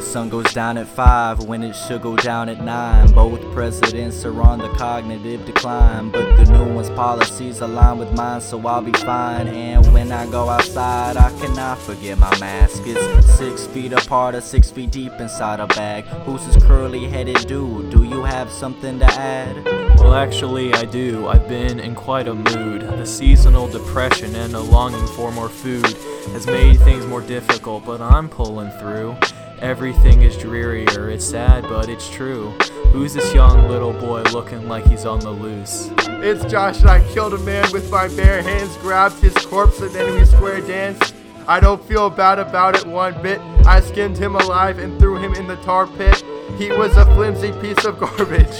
sun goes down at five when it should go down at nine. Both presidents are on the cognitive decline, but the new one's policies align with mine, so I'll be fine. And when I go outside, I cannot forget my mask. It's six feet apart or six feet deep inside a bag. Who's this curly headed dude? Do you have something to add? Well, actually, I do. I've been in quite a mood. The seasonal depression and a longing for more food has made things more difficult, but I'm pulling through. Everything is drearier. It's sad, but it's true. Who's this young little boy looking like he's on the loose? It's Josh, and I killed a man with my bare hands, grabbed his corpse, and then we square danced. I don't feel bad about it one bit. I skinned him alive and threw him in the tar pit. He was a flimsy piece of garbage.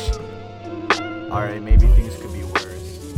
Alright, maybe things could be worse.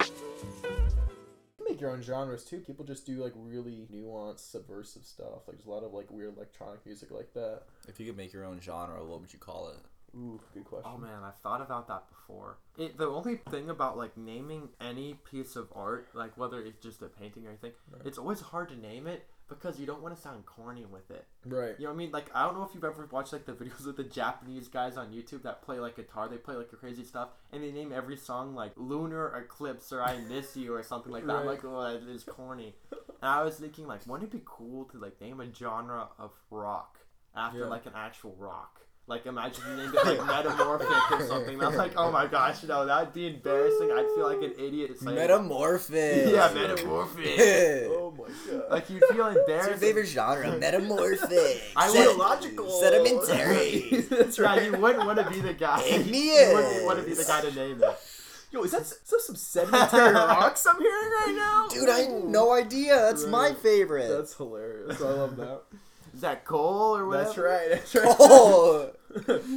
You can make your own genres too. People just do like really nuanced, subversive stuff. Like there's a lot of like weird electronic music like that. If you could make your own genre, what would you call it? Ooh, good question. Oh man, I've thought about that before. It, the only thing about like naming any piece of art, like whether it's just a painting or anything, it's always hard to name it because you don't want to sound corny with it. Right. You know what I mean? Like I don't know if you've ever watched like the videos of the Japanese guys on YouTube that play like guitar. They play like crazy stuff, and they name every song like "Lunar Eclipse" or "I Miss You" or something like that. I'm Right. like, oh, that is corny. And I was thinking, like, wouldn't it be cool to like name a genre of rock after Yeah. like an actual rock? Like, imagine you named it like metamorphic or something. And I was like, oh my gosh, no, that'd be embarrassing. I'd feel like an idiot. Saying, Metamorphic. yeah, metamorphic. Metamorphic. Oh my god. like you'd feel What's embarrassed. your favorite genre? Metamorphic. I Sed- would- Logical. Sedimentary. That's Yeah, right. you wouldn't want to be the guy. It you wouldn't want to be the is. guy to name it. Yo, is that, is that some sedimentary rocks I'm hearing right now? Dude, I had no idea. That's my Right. favorite. That's hilarious. I love that. Is that coal or whatever? That's right. That's right. oh,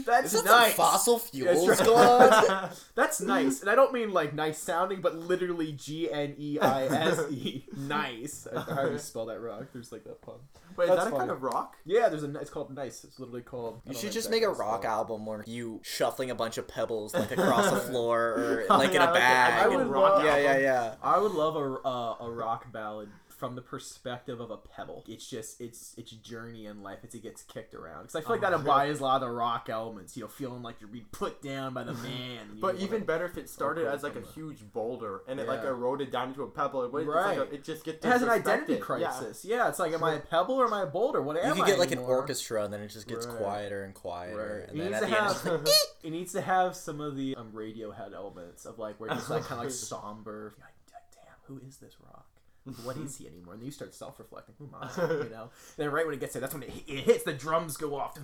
That's is that nice. some fossil fuels That's right. going? That's nice, and I don't mean like nice sounding, but literally G N E I S E. Nice. I- How do you spell that rock? There's like that pun. Wait, is That's that a kind funny. of rock? Yeah, there's a. It's called nice. It's literally called. I You don't should know just exactly make a what it's rock called. album where you shuffling a bunch of pebbles like across the floor or Oh, like in yeah, like a a- bag. like a and- rock yeah, yeah, album. yeah. I would love a uh, a rock ballad from the perspective of a pebble. It's just it's it's a journey in life as it gets kicked around. Because I feel like Oh, that implies a lot of the rock elements. You know, feeling like you're being put down by the man. you But know, even like- better if it started Okay, as like a somewhere. huge boulder and it like Yeah. eroded down into a pebble. It, wouldn't- it's like Right. a, it just gets it has an identity disrespected. Yeah. crisis. Yeah. it's like am I a pebble or am I a boulder? What am You could I get like an anymore? orchestra, and then it just gets Right. quieter and quieter, Right. and It then needs at to the end, it's have just like, it needs to have some of the um, Radiohead elements of like where it's like kind of like somber. You're like, "Da- damn, who is this rock? What is he anymore? And then you start self reflecting. Who am I? You know. then right when it gets there, that's when it, hi- it hits. The drums go off.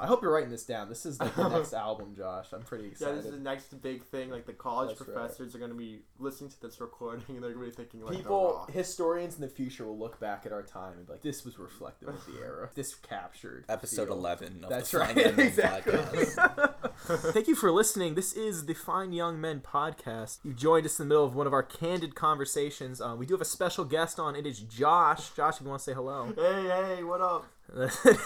I hope you're writing this down. This is like the next album, Josh. I'm pretty Yeah, excited. this is the next big thing. Like the college That's right. professors are going to be listening to this recording and they're going to be thinking like, the People, rock. historians in the future will look back at our time and be like, "This was reflective of the era. This captured the episode feel." eleven of That's the right, Fine Young Men exactly. podcast. Thank you for listening. This is the Fine Young Men podcast. You joined us in the middle of one of our candid conversations. Um, we do have a special guest on. It is Josh. Josh, if you want to say hello. Hey, hey, what up?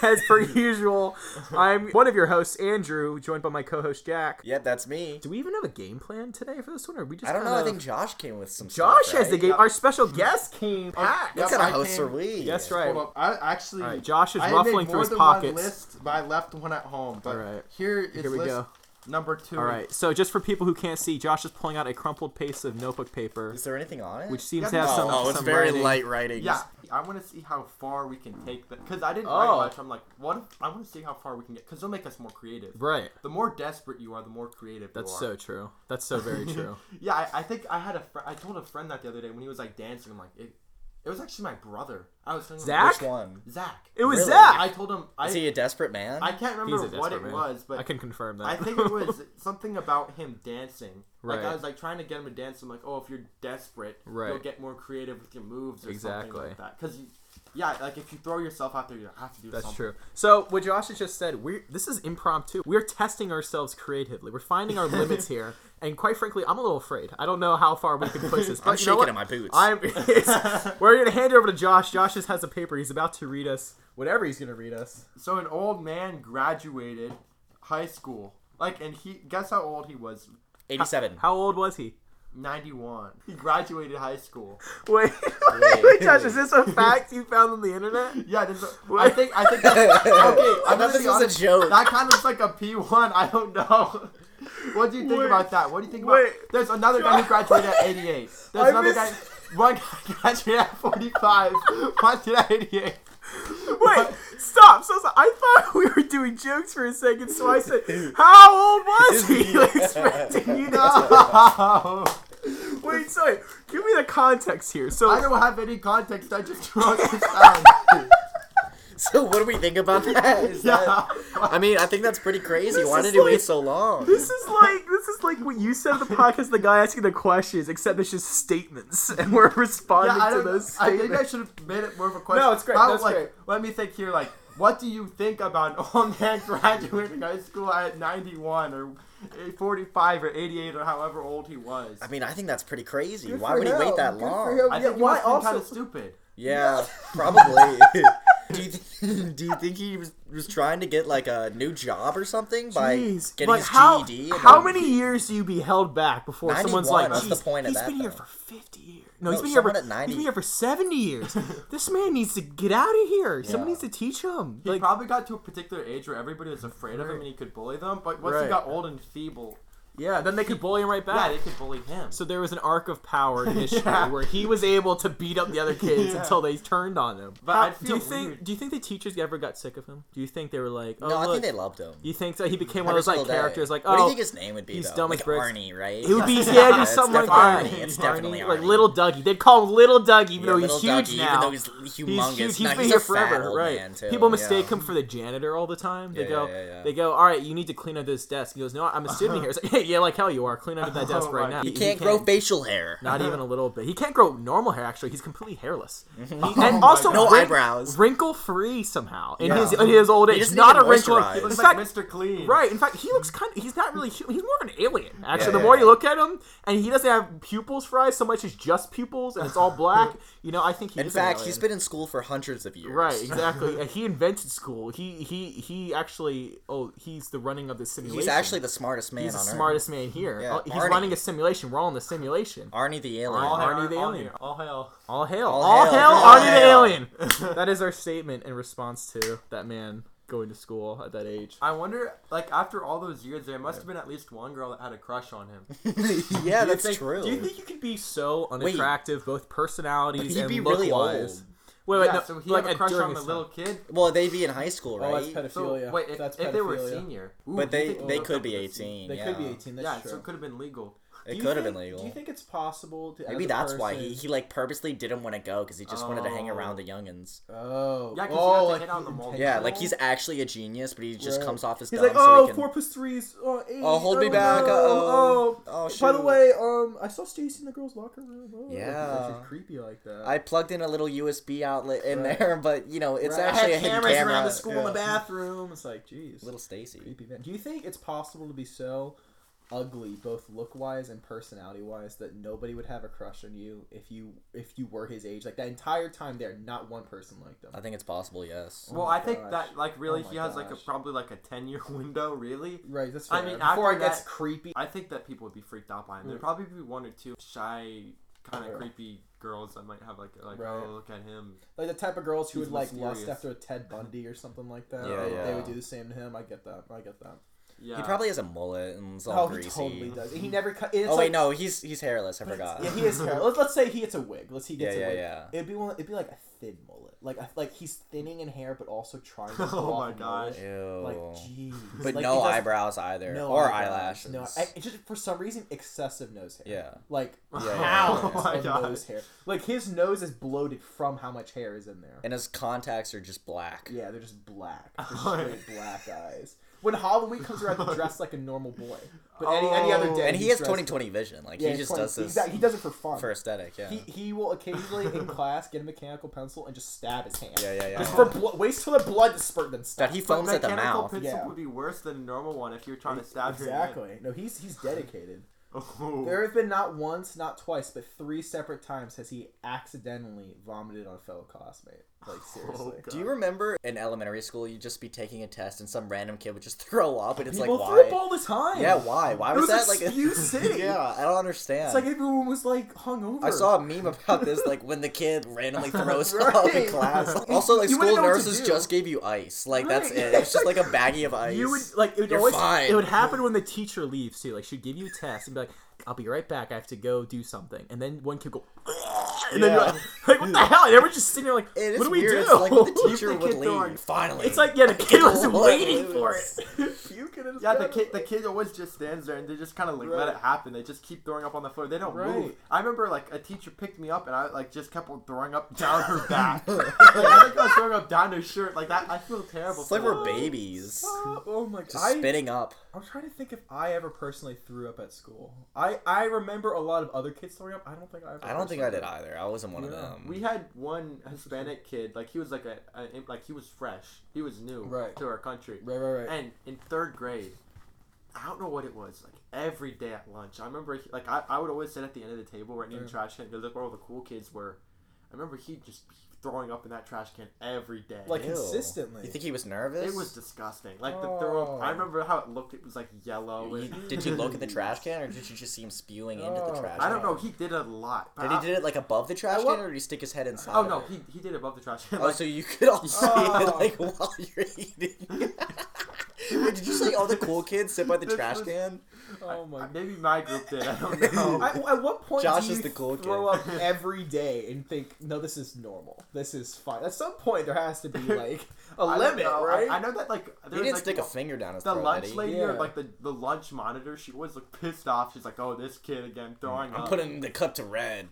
As per usual, I'm one of your hosts, Andrew, joined by my co-host Jack. yeah, that's me. Do we even have a game plan today for this one? Or are we just I don't know. kinda- I think Josh came with some. Josh stuff, has the right? game. Our special guest came. packed. What Yep, kind I of hosts came- are we? That's right. Hold up. I actually. All right, Josh is I made ruffling through more his than one pockets. list, but I left one at home. But All right. here is Here we list go. number two. All right. So just for people who can't see, Josh is pulling out a crumpled piece of notebook paper, Is there anything on it? which seems Yeah, to have oh, some. oh, it's some very writing. light writing. Yeah, I want to see how far we can take that because I didn't Oh. write much. I'm like, what? If, I want to see how far we can get because it'll make us more creative. Right. The more desperate you are, the more creative. That's you so are. true. That's so very true. Yeah, I, I think I had a fr- I told a friend that the other day when he was like dancing. I'm like, it, it was actually my brother. I was telling him- Zach? Which one? Zach. It was Really? Zach. I told him I Is he a desperate man? I can't He's remember a what desperate man. it was, but I can confirm that. I think it was something about him dancing. Like Right. I was like trying to get him to dance. I'm like, oh, if you're desperate, you'll Right. get more creative with your moves or something Exactly. like that. Because yeah, like if you throw yourself out there, you have to do That's something. true. So what Josh has just said, we this is impromptu. We're testing ourselves creatively. We're finding our limits here, and quite frankly, I'm a little afraid. I don't know how far we can push this. But you I'm know shaking what? in my boots. I'm. it's- we're gonna hand it over to Josh. Josh just has a paper. He's about to read us whatever he's gonna read us. So an old man graduated high school. Like, and he guess how old he was? 87. How old was he? 91. He graduated high school. Wait, wait, wait, Josh, is this a fact you found on the internet? Yeah, this is, I think I think that's, okay. I'm thought gonna this be was honest. a joke. That kind of looks like a P1. I don't know. What do you think Wait. about that? What do you think Wait. about? There's another guy who graduated at 88. There's I another missed- guy. One guy graduated at 45. One did at 88. Wait, stop, so, so- I thought we were doing jokes for a second, so I said, "How old was he?" expecting you to. No. Wait, sorry. Give me the context here. So I don't have any context. I just wrote this down. So what do we think about that? Is that yeah. I mean, I think that's pretty crazy. Why is did he like- wait so long? This is like this is like what you said on the podcast. The guy asking the questions, except it's just statements, and we're responding yeah, I to don't. those I think I statements. should have made it more of a question. No, it's great, How, that's like, great. Let me think here. Like, what do you think about an old man graduating high school at 91 or 45 or 88 or however old he was? I mean, I think that's pretty crazy. Why for would he him. wait that Good for long? him. I yeah, think he why must have also- kind of stupid. Yeah, probably. do you th- do you think he was, was trying to get like a new job or something by Jeez. getting Like, his how, GED? and how then- many years do you be held back before 91, someone's like, that's the "Jeez, point of he's that, been here though. for 50 years. No, he's No, been here for someone at 90 He's been here for 70 years. this man needs to get out of here. Someone needs to teach him. He like, probably got to a particular age where everybody was afraid of him and he could bully them. But once Right. he got old and feeble, yeah, then they could bully him right yeah, back. they could bully him. so there was an arc of power in history Yeah. where he was able to beat up the other kids Yeah. until they turned on him. But How- I'd do you feel think weird. do you think the teachers ever got sick of him? Do you think they were like, oh, No, I look, think they loved him. You think so? He became one Every of those like single day. characters, like oh, what do you think his name would be? he's though? dumb as like bricks. Arnie, right? It would be yeah, it's just something like that. definitely Arnie. It's definitely Like Arnie. little Dougie. They'd call him Little Dougie, even Yeah, though he's little huge Dougie, now. Even though he's humongous, He's huge. He's Nah, been he's here a fat forever, old right? man, too. People mistake yeah. him for the janitor all the time. They Yeah, go, yeah, yeah. they go, all right, you need to clean up this desk. He goes, no, I'm sitting here. It's like, hey, yeah, like hell you are. Clean up that desk Oh right my- now. He can't grow facial hair. Not even a little bit. He can't grow normal hair. Actually, he's completely hairless, He- and also Oh No wrin- eyebrows. wrinkle free somehow in Yeah. his in his old age. doesn't Not a even wrinkle. moisturize. He He looks In looks like fact, Mr. Clean. Right. In fact, he looks kind of. He's not really. hu- He's more of an alien. Actually, the yeah, more yeah. you look at him, and he doesn't have pupils for eyes so much as just pupils, and it's all black. you know, I think he In is an fact, alien. he's been in school for hundreds of years. Right, exactly. And he invented school. He he he actually. Oh, he's the running of the simulation. He's actually the smartest man He's the on earth. smartest man here. Yeah, Oh, he's Arnie. running a simulation. We're all in the simulation. Arnie the alien. All hail, Arnie Arnie the all alien. hail, all hail. All hail! All All hail, hail. Arnie All the Alien! that is our statement in response to that man going to school at that age. I wonder, like, after all those years, there must have been at least one girl that had a crush on him. yeah, Do you that's think- true. Do you think you could be so unattractive, both personalities He'd and be look really wise? old. Wait, wait, Yeah, no, so he like had a uh, crush during on the his little time. kid. well, they'd be in high school, right? So wait, if, if they were a senior, Ooh, but you they think they woke could up be with a se- 18. yeah. Yeah, so it could have been legal. It could have been legal. Do you think it's possible? To, Maybe that's why he, he like purposely didn't want to go because he just wanted to hang Oh. around the youngins. Oh, Yeah, 'cause you have oh, to hit on the mole. Yeah, like he's actually a genius, but he just Right. comes off as He's dumb. like, oh, so he can... four plus threes, oh, eight. Oh, hold me oh, back. no, Uh-oh. oh. Oh, By the shoot. way, um, I saw Stacy in the girls' locker room. Oh, Yeah. she's creepy like that. I plugged in a little USB outlet in Right. there, but you know it's Right. actually I a had hidden cameras camera. around the school in the Yeah. bathroom. It's like, jeez, Little Stacy. creepy man. Do you think it's possible to be so ugly, both look wise and personality wise, that nobody would have a crush on you if you if you were his age? Like that entire time there, not one person liked I them. think it's possible. Yes. Well, my I think gosh. that like really Oh he my has like a gosh. probably like a ten year window. Really, Right. That's fair. I mean, before after it gets that- creepy. I think that people would be freaked out by him. Mm. There'd probably be one or two shy, kind of creepy girls that might have like like Right. oh look at him. Like the type of girls who He's would like lust mysterious. after a Ted Bundy or something like that. Yeah, they, they yeah. would do the same to him. I get that. I get that. Yeah, He probably has a mullet and it's all Oh, greasy. he totally does. He never cut. and it's Oh wait, like- no, he's he's hairless. I forgot. Yeah, he is hair. Let's, let's say he gets a wig. Let's he gets Yeah, a yeah, wig. yeah. It'd be one. It'd be like a thin mullet. Like a, like he's thinning in hair, but also trying to. Oh pull off my a mullet. gosh. Ew. Like jeez. Oh. but Like, it no doesn't- eyebrows either, No or eyebrows. eyelashes. No, I, it's just for some reason excessive nose hair. Yeah. Like Yeah, yeah, yeah, yeah. Oh my gosh. nose hair. Like his nose is bloated from how much hair is in there. and his contacts are just black. Yeah, they're just black. They're straight black eyes. When Halloween comes around, he dressed like a normal boy. But any, any other day, Oh. And he he's has dressed- 20/20 vision. Like Yeah, he he's just 20 does this Exactly. He does it for fun. for aesthetic. Yeah. He, he will occasionally in class get a mechanical pencil and just stab his hand. Yeah, yeah, yeah. Just for blo- waste till the blood is spurted and that stuff. he But foams at the mechanical mouth. pencil Yeah. would be worse than a normal one if you're trying to stab her. exactly. No, he's he's dedicated. Oh. There have been not once, not twice, but three separate times has he accidentally vomited on a fellow classmate. Like Oh, seriously. Do you remember in elementary school you'd just be taking a test and some random kid would just throw up and it's People like threw why? up all the time. Yeah, why? Why It was, that was like like Spew City. yeah, I don't understand. It's like everyone was like hungover. I saw a meme about this, like when the kid randomly throws up in Right. class. Also, like You wouldn't school know what to nurses do. just gave you ice. Like that's Right. it. It's just like a baggie of ice. You would like it would You're always fine. it would happen when the teacher leaves too. Like she'd give you a test and be like, "I'll be right back. I have to go do something." And then one kid would go, and then you're like, like, "What the hell?" And everyone's just sitting there like, Hmm. It is "What do we weird. do?" It's like when the teacher The would kid throwing- leave. Finally, It's like, yeah, the kid was What? waiting for it. you could have. Yeah, the kid the kid always just stands there and they just kind of like let it happen. They just keep throwing up on the floor. They don't move. Right. I remember like a teacher picked me up and I like just kept on throwing up down her back. like, I think I was throwing up down her shirt like that. I feel terrible. It's like for we're babies, Oh my god! just spinning up. I'm trying to think if I ever personally threw up at school. I I remember a lot of other kids throwing up. I don't think I. Ever I don't think I personally did either. I wasn't one of Yeah. them. We had one Hispanic kid, like he was like a, a like he was fresh, he was new Right. to our country, Right, right, right. and in third grade, I don't know what it was. Like every day at lunch, I remember he- like I, I would always sit at the end of the table right near the Yeah. trash can because that's where all the cool kids were. I remember he would just be throwing up in that trash can every day. Like Ew. consistently. You think he was nervous? it was disgusting. Like the throw up. I Oh. remember how it looked. It was like yellow. You- and- did you look at the trash can, or did you just see him spewing into the Oh. trash? I don't can? know. He did a lot. but Did I- he did it like above the trash what- can, or did he stick his head inside? Oh of no, it? he, he did above the trash can. Oh, Like, so you could all see it Oh. like while you're eating. Wait, did you see all the cool kids sit by the This trash was- can? oh my god. maybe my group did. I don't know. I, at what point Oh. Josh do you is the cool throw kid. up every day and think, no, this is normal. This is fine. At some point, there has to be like a I don't limit, know. I- right? I, know that like He there was, didn't like, stick a finger down his the throat. did lunch he? lady or Yeah. like the, the lunch monitor. She always looked pissed off. She's like, "Oh, this kid again Mm, throwing I'm up." putting the cup to red.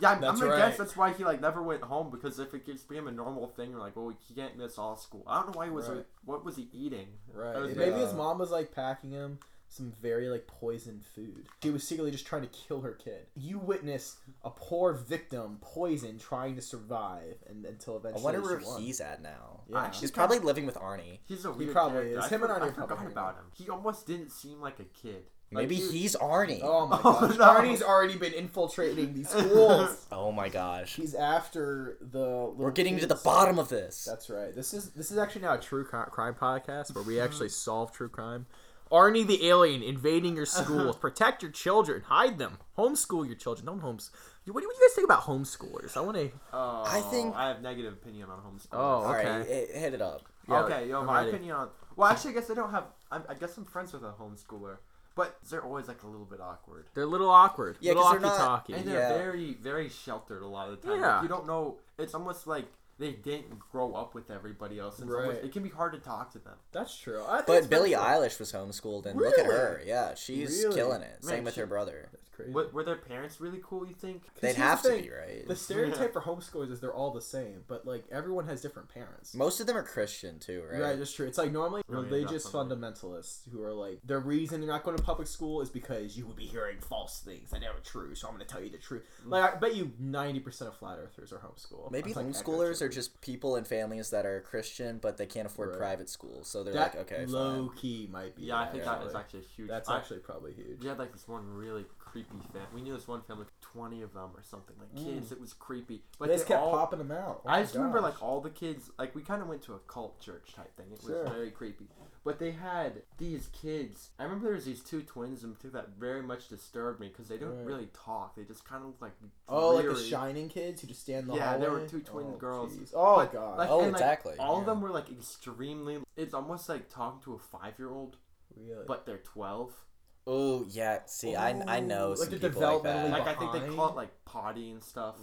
yeah, I'm, I'm That's gonna right. guess that's why he like never went home because if it just became a normal thing, you're like, "Well, he can't miss all school." I don't know why he was. Right. What was he eating? right. That was Maybe bad. his mom was like packing him some very like poisoned food. She was secretly just trying to kill her kid. You witness a poor victim poisoned trying to survive, and until I eventually wonder she where won. he's at now. Yeah. Actually, He's probably living with Arnie. He's a weird. probably character. is. I Him and for- I I are probably forgot weird. about him. He almost didn't seem like a kid. Like, Maybe he- he's Arnie. Oh, Oh my Oh, gosh! no. Arnie's already been infiltrating these schools. Oh my gosh. He's after the. We're getting to the bottom of this. That's right. This is this is actually now a true cri- crime podcast where Mm-hmm. we actually solve true crime. Arnie the alien invading your schools. Protect your children. Hide them. Homeschool your children. Don't homes. What do what do you guys think about homeschoolers? I want to. Oh, I think- I have negative opinion on homeschool. Oh, All right, okay. h- hit it up. Yeah, okay, yo, I'm my ready. opinion on. Well, actually, I guess I don't have. I, I guess I'm friends with a homeschooler, but they're always like a little bit awkward, They're a little awkward. Yeah, little 'cause they're not- talky-talky. and they're Yeah. very, very sheltered a lot of the time. Yeah. Like, you don't know. It's almost like they didn't grow up with everybody else, and it's almost- Right. it can be hard to talk to them. That's true. I think it's But Billie very true. Eilish was homeschooled, and look at Really? her. Yeah, she's Really? killing it. Same Man, with she- her brother. That's crazy. Were, were their parents really cool? You think? They'd here's the have to thing. be, right? The stereotype for homeschoolers is they're all the same, but like everyone has different parents. Most of them are Christian, too, right? Right. that's true. It's like normally Really, religious definitely. fundamentalists who are like, the reason you're not going to public school is because you would be hearing false things that aren't true, so I'm going to tell you the truth. Mm. Like, I bet you 90% of flat earthers are homeschooled. Maybe That's, like, homeschoolers are accurate. just people and families that are Christian, but they can't afford Right. private schools, so they're that like, okay, low fine. key might be. Yeah, I think that Yeah. is actually a huge. That's I- actually probably huge. We had like this one really creepy family. We knew this one family, twenty of them or something, like kids. It was creepy, but they just they Mm. kept all- popping them out. Oh I my just remember gosh. like all the kids like we kind of went to a cult church type thing. It Sure. was very creepy. But they had these kids. I remember there was these two twins and two that very much disturbed me because they don't Right. really talk. They just kind of like Oh, like the dreary. Shining kids who just stand in the Yeah, hallway. there were two twin Oh, girls. jeez. Oh But, god. like, Oh, and, like, exactly, all of yeah. them were like extremely. It's almost like talking to a five year old, really. but they're twelve. Oh yeah, see, I I know Ooh, like some the people like that. developmentally Like I think they call Behind? it like potty and stuff.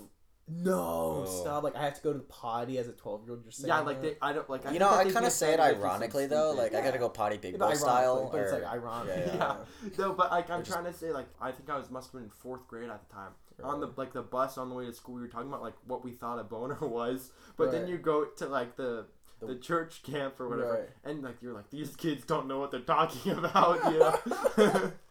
Oh. no, stop! Like I have to go to the potty as a twelve-year-old. You're saying yeah, like that? they. I don't like. I you think know, that I they kind do of say it kinda make you seem ironically though. stupid. Like I gotta Yeah. go potty big Not boy ironically, style. but it's or- like ironic. Yeah, yeah. yeah. No, but like I'm just- trying to say, like I think I was must have been in fourth grade at the time. On the like the bus on the way to school, we were talking about like what we thought a boner was, but then Right. you go to like the the church camp or whatever, Right. and like you're like these kids don't know what they're talking about, you know.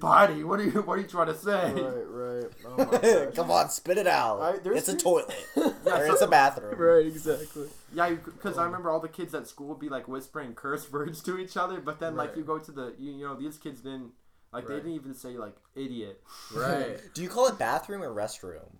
Body, what are you what are you trying to say? right. Oh my gosh. Come on, spit it out. I- it's there's a things- toilet. or so- it's a bathroom. right, exactly. Yeah, because Oh. I remember all the kids at school would be like whispering curse words to each other, but then like Right. you go to the you, you know these kids didn't Like they Right. didn't even say like idiot. Right. Do you call it bathroom or restroom?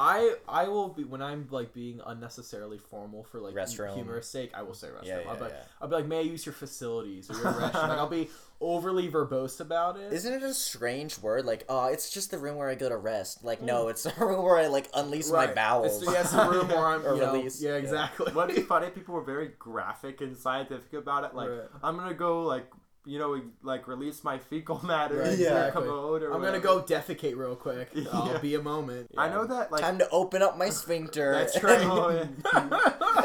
I I will be when I'm like being unnecessarily formal for like Restroom. humorous sake. I will say restroom. Yeah, I'll yeah, be like, yeah. I'll be like, may I use your facilities or your restroom? like I'll be overly verbose about it. Isn't it a strange word? Like, oh, it's just the room where I go to rest. Like, no, it's the room where I like unleash Mm. Right. my bowels. It's, yeah, it's the room where I'm Or you know, release. Yeah, Yeah. exactly. What'd be funny? People were very graphic and scientific about it. Like Right. I'm gonna go like you know like release my fecal matter Right, in your exactly. commode or I'm gonna whatever. go defecate real quick. Yeah. I'll be a moment. I know that like Time to open up my sphincter. that's right.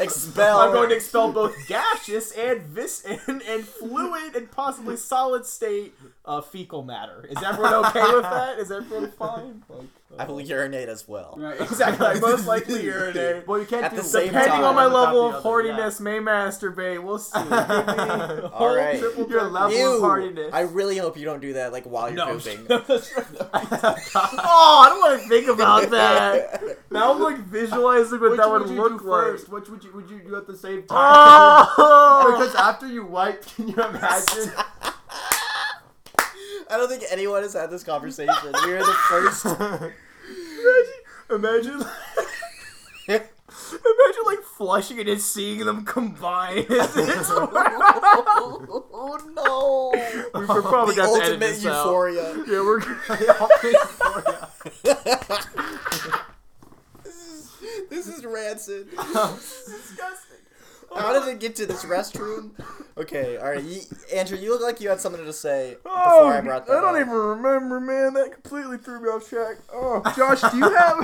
Expel. I'm going to expel both gaseous and vis and, and fluid and possibly solid state uh, fecal matter. Is everyone okay with that? Is everyone fine? Like, I will urinate as well. Right, exactly. I most likely urinate. well, you can't At do the one same without Depending time. on my the level other, of yeah. horniness, may masturbate. We'll see. Give me a whole All right. triple Your double. level Ew. of hardiness. I really hope you don't do that like while you're No. pooping. oh, I don't want to think about that. Now I'm like visualizing what Which that would, would you look do like. first? Which would you would you do at the same time? Oh! because after you wipe, can you imagine? I don't think anyone has had this conversation. We are the first. imagine, imagine, imagine like flushing and just seeing them combine. oh no! We're probably The got to edit ultimate this out. euphoria. Yeah, we're This is rancid. disgusting. How did it get to this restroom? Okay, all right, you, Andrew, you look like you had something to say before Oh, I brought that don't up. even remember, man. That completely threw me off track. Oh, Josh, do you have?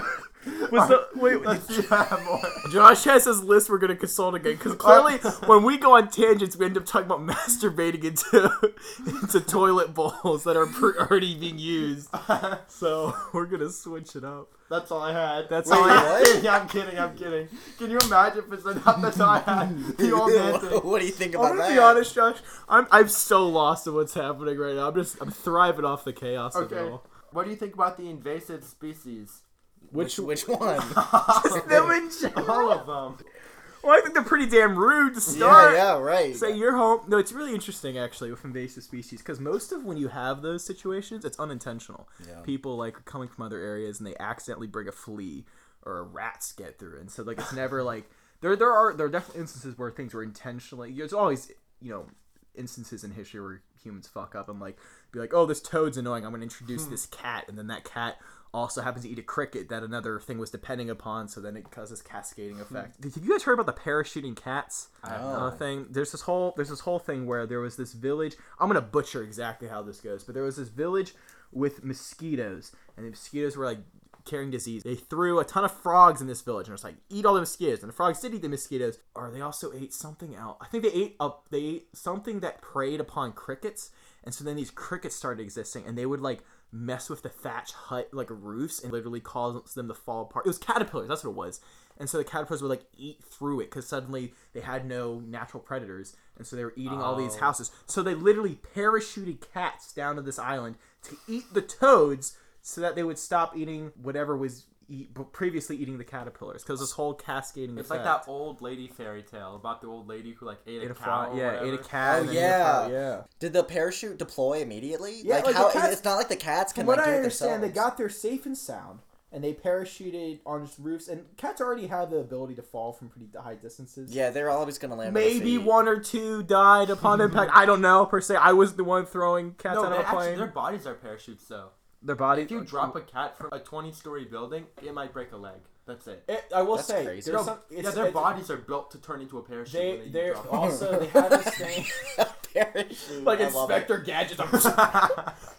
Was the wait? wait. Let's have more. Josh has his list. We're gonna consult again because clearly, when we go on tangents, we end up talking about masturbating into into toilet bowls that are pre- already being used. So we're gonna switch it up. That's all I had. That's Wait, all. I, what? yeah, I'm kidding. I'm kidding. Can you imagine if it's not that's all I had? The old man thing. what do you think about I'm gonna that? be honest, Josh. I'm I'm so lost in what's happening right now. I'm just I'm thriving off the chaos of it Okay. all. What do you think about the invasive species? Which which one? Them in general. All of them. Oh. Well, I think they're pretty damn rude to yeah, start. yeah, right. Say you're home. No, it's really interesting actually with invasive species because most of when you have those situations, it's unintentional. People like are coming from other areas and they accidentally bring a flea or a rat's get through, and so like it's never like there there are there are definitely instances where things were intentionally. There's always you know instances in history where humans fuck up and like be like, oh, this toad's annoying. I'm gonna introduce this cat, and then that cat also happens to eat a cricket that another thing was depending upon. So then it causes cascading effect. Have you guys heard about the parachuting cats uh, thing? There's this whole there's this whole thing where there was this village. I'm gonna butcher exactly how this goes, but there was this village with mosquitoes, and the mosquitoes were like carrying disease. They threw a ton of frogs in this village and it's like, eat all the mosquitoes. And the frogs did eat the mosquitoes. Or they also ate something else. I think they ate up they ate something that preyed upon crickets. And so then these crickets started existing and they would like mess with the thatch hut like roofs and literally cause them to fall apart. It was caterpillars, that's what it was. And so the caterpillars would like eat through it because suddenly they had no natural predators, and so they were eating all these houses. So they literally parachuted cats down to this island to eat the toads, so that they would stop eating whatever was eat, but previously eating the caterpillars. Because this whole cascading It's like effect. that old lady fairy tale about the old lady who like ate, Ate a cow. frog, or yeah, ate a whatever. cat. Oh and then ate a yeah. frog, yeah. Did the parachute deploy immediately? Yeah, like, like, the how cats- it's not like the cats can From what like do I it understand, they themselves. got there safe and sound, and they parachuted on just roofs. And cats already have the ability to fall from pretty high distances. Yeah, they're always gonna land. on their Maybe feet. one or two died upon impact. I don't know per se. I was the one throwing cats No, out they of a actually, plane. Oh, their bodies are parachutes though. Their body. If you drop a cat from a 20-story building, it might break a leg. That's it. It, I will That's say, crazy. there's No, some, it's, yeah, their it's- bodies are built to turn into a parachute. They when they're drop them. also they have this thing parachute. like I love it. Inspector Gadget.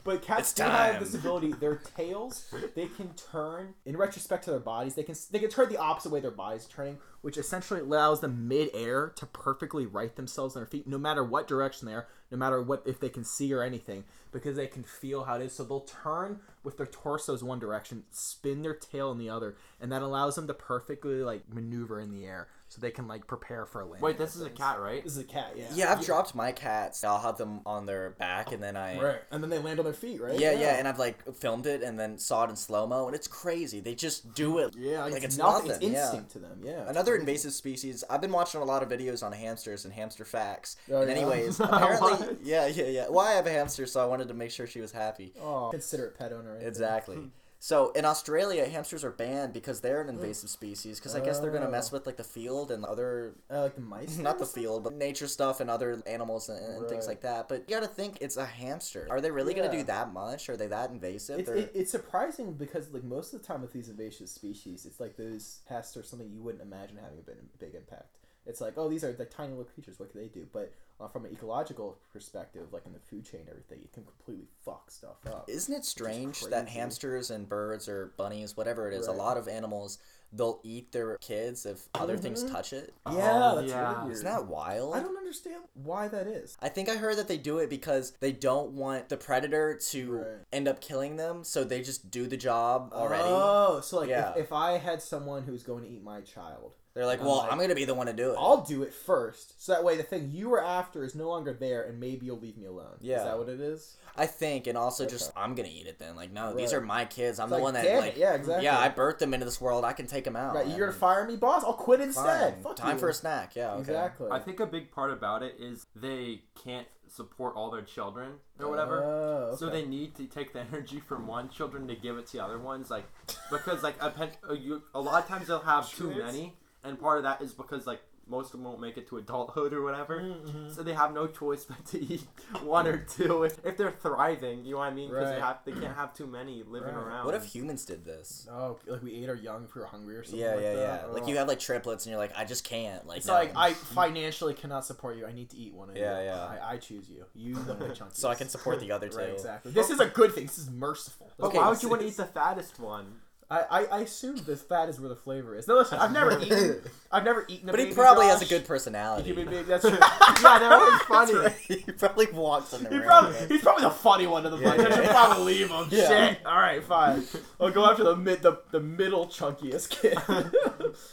but cats It's do have this time. ability. Their tails they can turn in retrospect to their bodies. They can they can turn the opposite way their bodies are turning, which essentially allows them midair to perfectly right themselves on their feet, no matter what direction they are, no matter what if they can see or anything, because they can feel how it is. So they'll turn with their torsos one direction, spin their tail in the other, and that allows them to perfectly like maneuver in the air. so they can like prepare for a landing. Wait, this is a things. cat, right? This is a cat. Yeah. Yeah, I've dropped my cats. I'll have them on their back, and then I. Right. And then they land on their feet, right? Yeah, yeah, and I've like filmed it and then saw it in slow mo, and it's crazy. They just do it. yeah. like it's nothing. nothing. It's yeah. instinct to them. Yeah. Another invasive species. I've been watching a lot of videos on hamsters and hamster facts. Oh, and yeah? anyways, apparently, yeah, yeah, yeah. Well, I have a hamster, so I wanted to make sure she was happy. Oh, considerate pet owner. Right Exactly. So in Australia, hamsters are banned because they're an invasive species. Because I guess they're gonna Oh. mess with like the field and other there. Uh, like the mice. not the field, but nature stuff and other animals and, and things Right. like that. But you gotta think it's a hamster. Are they really gonna Yeah. do that much? Are they that invasive? It's, They're- it, it's surprising because like most of the time with these invasive species, it's like those pests or something you wouldn't imagine having a big, big impact. It's like, oh, these are like tiny little creatures. What could they do? But uh, from an ecological perspective, like in the food chain, and everything it can completely fuck stuff up. Isn't it strange that crazy. hamsters and birds or bunnies, whatever it is, Right. a lot of animals they'll eat their kids if other things touch it? Mm-hmm. yeah, Oh, that's yeah. really weird. Isn't that wild? I don't understand why that is. I think I heard that they do it because they don't want the predator to Right. end up killing them, so they just do the job already. Oh, so like Yeah. if, if I had someone who's going to eat my child, They're like, I'm well, like- I'm gonna be the one to do it. I'll do it first, so that way the thing you were after is no longer there, and maybe you'll leave me alone. Yeah. is that what it is? I think, and also just I'm gonna eat it then. Like, no, these Right. are my kids. I'm It's the like, one that damn like, it, yeah, exactly. yeah, I birthed them into this world. I can take them out. Right, Oh, man. you're gonna fire me, boss? I'll quit instead. Fine. Fuck Time you. for a snack. Yeah, okay. Exactly. I think a big part about it is they can't support all their children or whatever. Oh, So okay. they need to take the energy from one children to give it to the other ones, like because like a pen, a, you, a lot of times they'll have too many, and part of that is because like most of them won't make it to adulthood or whatever, Mm-hmm, so they have no choice but to eat one or two if, if they're thriving. You know what I mean? Because Right. they have they can't have too many living Right. around. What if humans did this? Oh, like we ate our young if we were hungry or something. Yeah, like yeah, that. yeah. Like Oh. you have like triplets, and you're like, I just can't. Like, It's no. like I financially cannot support you. I need to eat one of Yeah, you. yeah. I, I choose you. You the my chunkies. so I can support the other two. Right, exactly. This is a good thing. This is merciful. But Okay, why would you this want to is- eat the fattest one? I, I, I assume the fat is where the flavor is. No, listen, I've never eaten. I've never eaten. A But he baby, probably Josh. has a good personality. He could be big, That's true. yeah, that was funny. he probably walks in the He room. probably, he's probably the funny one of the bunch. I should yeah. probably leave him. Yeah. Shit. All right, fine. I'll go after the mid, the, the middle chunkiest kid.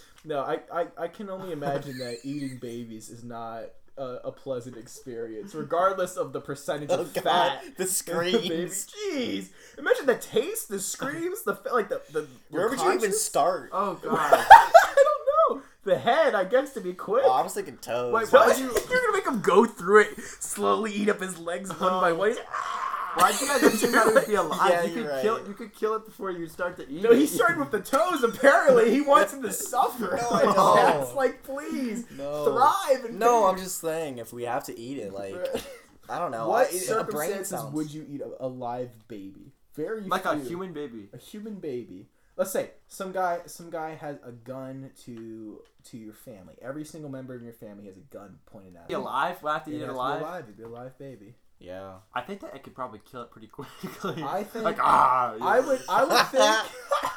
no, I, I, I can only imagine that eating babies is not a, a pleasant experience, regardless of the percentage Oh of god, fat. the Baby, screams. jeez! Imagine the taste, the screams, the fa- like the the. Where your would you even conscience? start? Oh god. I don't know. The head, I guess, to be quick. Oh, I was thinking toes. Wait, So why you, are gonna make him go through it, slowly eat up his legs one Oh, by one. He's- Why'd you guys assume that it would be alive? Yeah, you could you're right. kill you could kill it before you start to eat. No, he it. started with the toes. Apparently, he wants him to suffer. No, I don't. That's like, please No. thrive. And No, I'm just saying if we have to eat it, like I don't know. I- what a brain circumstances sounds. would you eat a, a live baby? Very like a few. human baby. a human baby. Let's say some guy, some guy has a gun to to your family. Every single member of your family has a gun pointed at. Be them. alive? We have to It eat has it to be alive. alive. It'd be a live baby. Yeah. I think that it could probably kill it pretty quickly. I think- like ah. yeah. I would. I would think.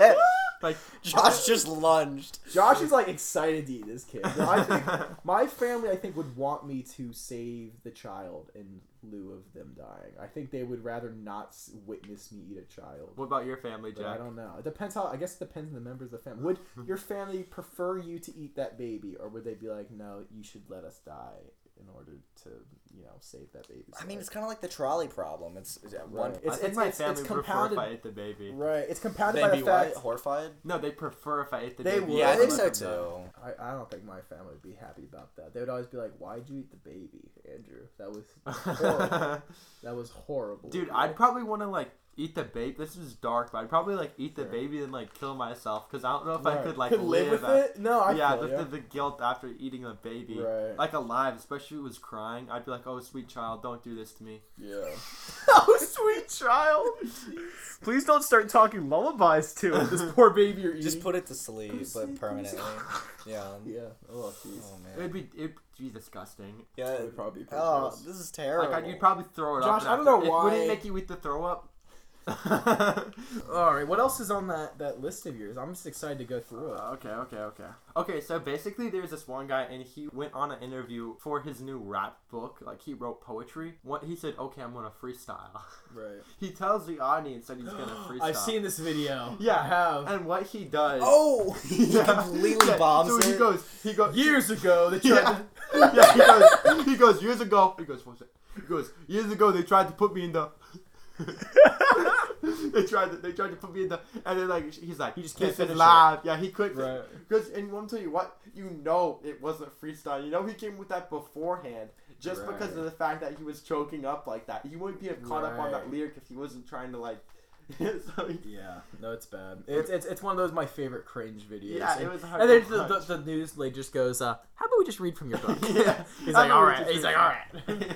like Josh just lunged. Josh is like excited to eat this kid. No, I think my family, I think, would want me to save the child in lieu of them dying. I think they would rather not s- witness me eat a child. What about your family, But I Jack? don't know. It depends how. I guess it depends on the members of the family. Would your family prefer you to eat that baby, or would they be like, "No, you should let us die in order to, you know, save that baby"? I mean, it's kind of like the trolley problem. It's, it's at one. it's, I think it's, my it's, family it's would prefer compounded. if I ate the baby. Right. It's compounded They'd by be the fact. what? Horrified? No, they prefer if I ate the They baby. would. Yeah, I think Well, so like- too. I, I don't think my family would be happy about that. They would always be like, "Why'd you eat the baby, Andrew? That was horrible. that was horrible." Dude, I'd probably want to like eat the baby. This is dark, but I'd probably like eat the baby and like kill myself because I don't know if I Right. could like live with at- it. No, I yeah, feel the, ya. the, the guilt after eating a baby, Right. like alive, especially if it was crying. I'd be like, "Oh, sweet child, don't do this to me." yeah. oh, sweet child. Please don't start talking lullabies to it, this poor baby you're eating. Just put it to sleep, but permanently. Yeah. yeah. Oh, jeez. Uh, Oh It'd man. be it'd be disgusting. Yeah. would probably be pretty Oh, gross. this is Like terrible. I'd, you'd probably throw it Josh, up. I don't after- know It, would why- it make you eat the throw up? All right, what else is on that that list of yours? I'm just excited to go through it. Uh, Okay, okay, okay. Okay, so basically there's this one guy and he went on an interview for his new rap book. Like he wrote poetry. What he said, okay, I'm gonna freestyle. Right. he tells the audience that he's gonna freestyle. I've seen this video. Yeah. I have. And what he does Oh, he Yeah. completely Yeah, bombs So he it. goes he goes Years ago, they tried yeah. yeah, he goes he goes years ago he goes what's it? He goes, years ago they tried to put me in the they tried to they tried to put me in the and then like he's like He just can't this finish is it." live. Yeah, he couldn't Right. because and I'm tell you what, you know it wasn't freestyle. You know he came with that beforehand just because of Right. the fact that he was choking up like that. He wouldn't be have caught up on that Right. lyric if he wasn't trying to like so he, Yeah, no, it's bad. It's, it's it's one of those my favorite cringe videos. Yeah, and, it was hard And then to the, the, watch. the news like just goes, uh, "How about we just read from your book?" Yeah. He's I like, know "All what right." you He's mean. like, "All right."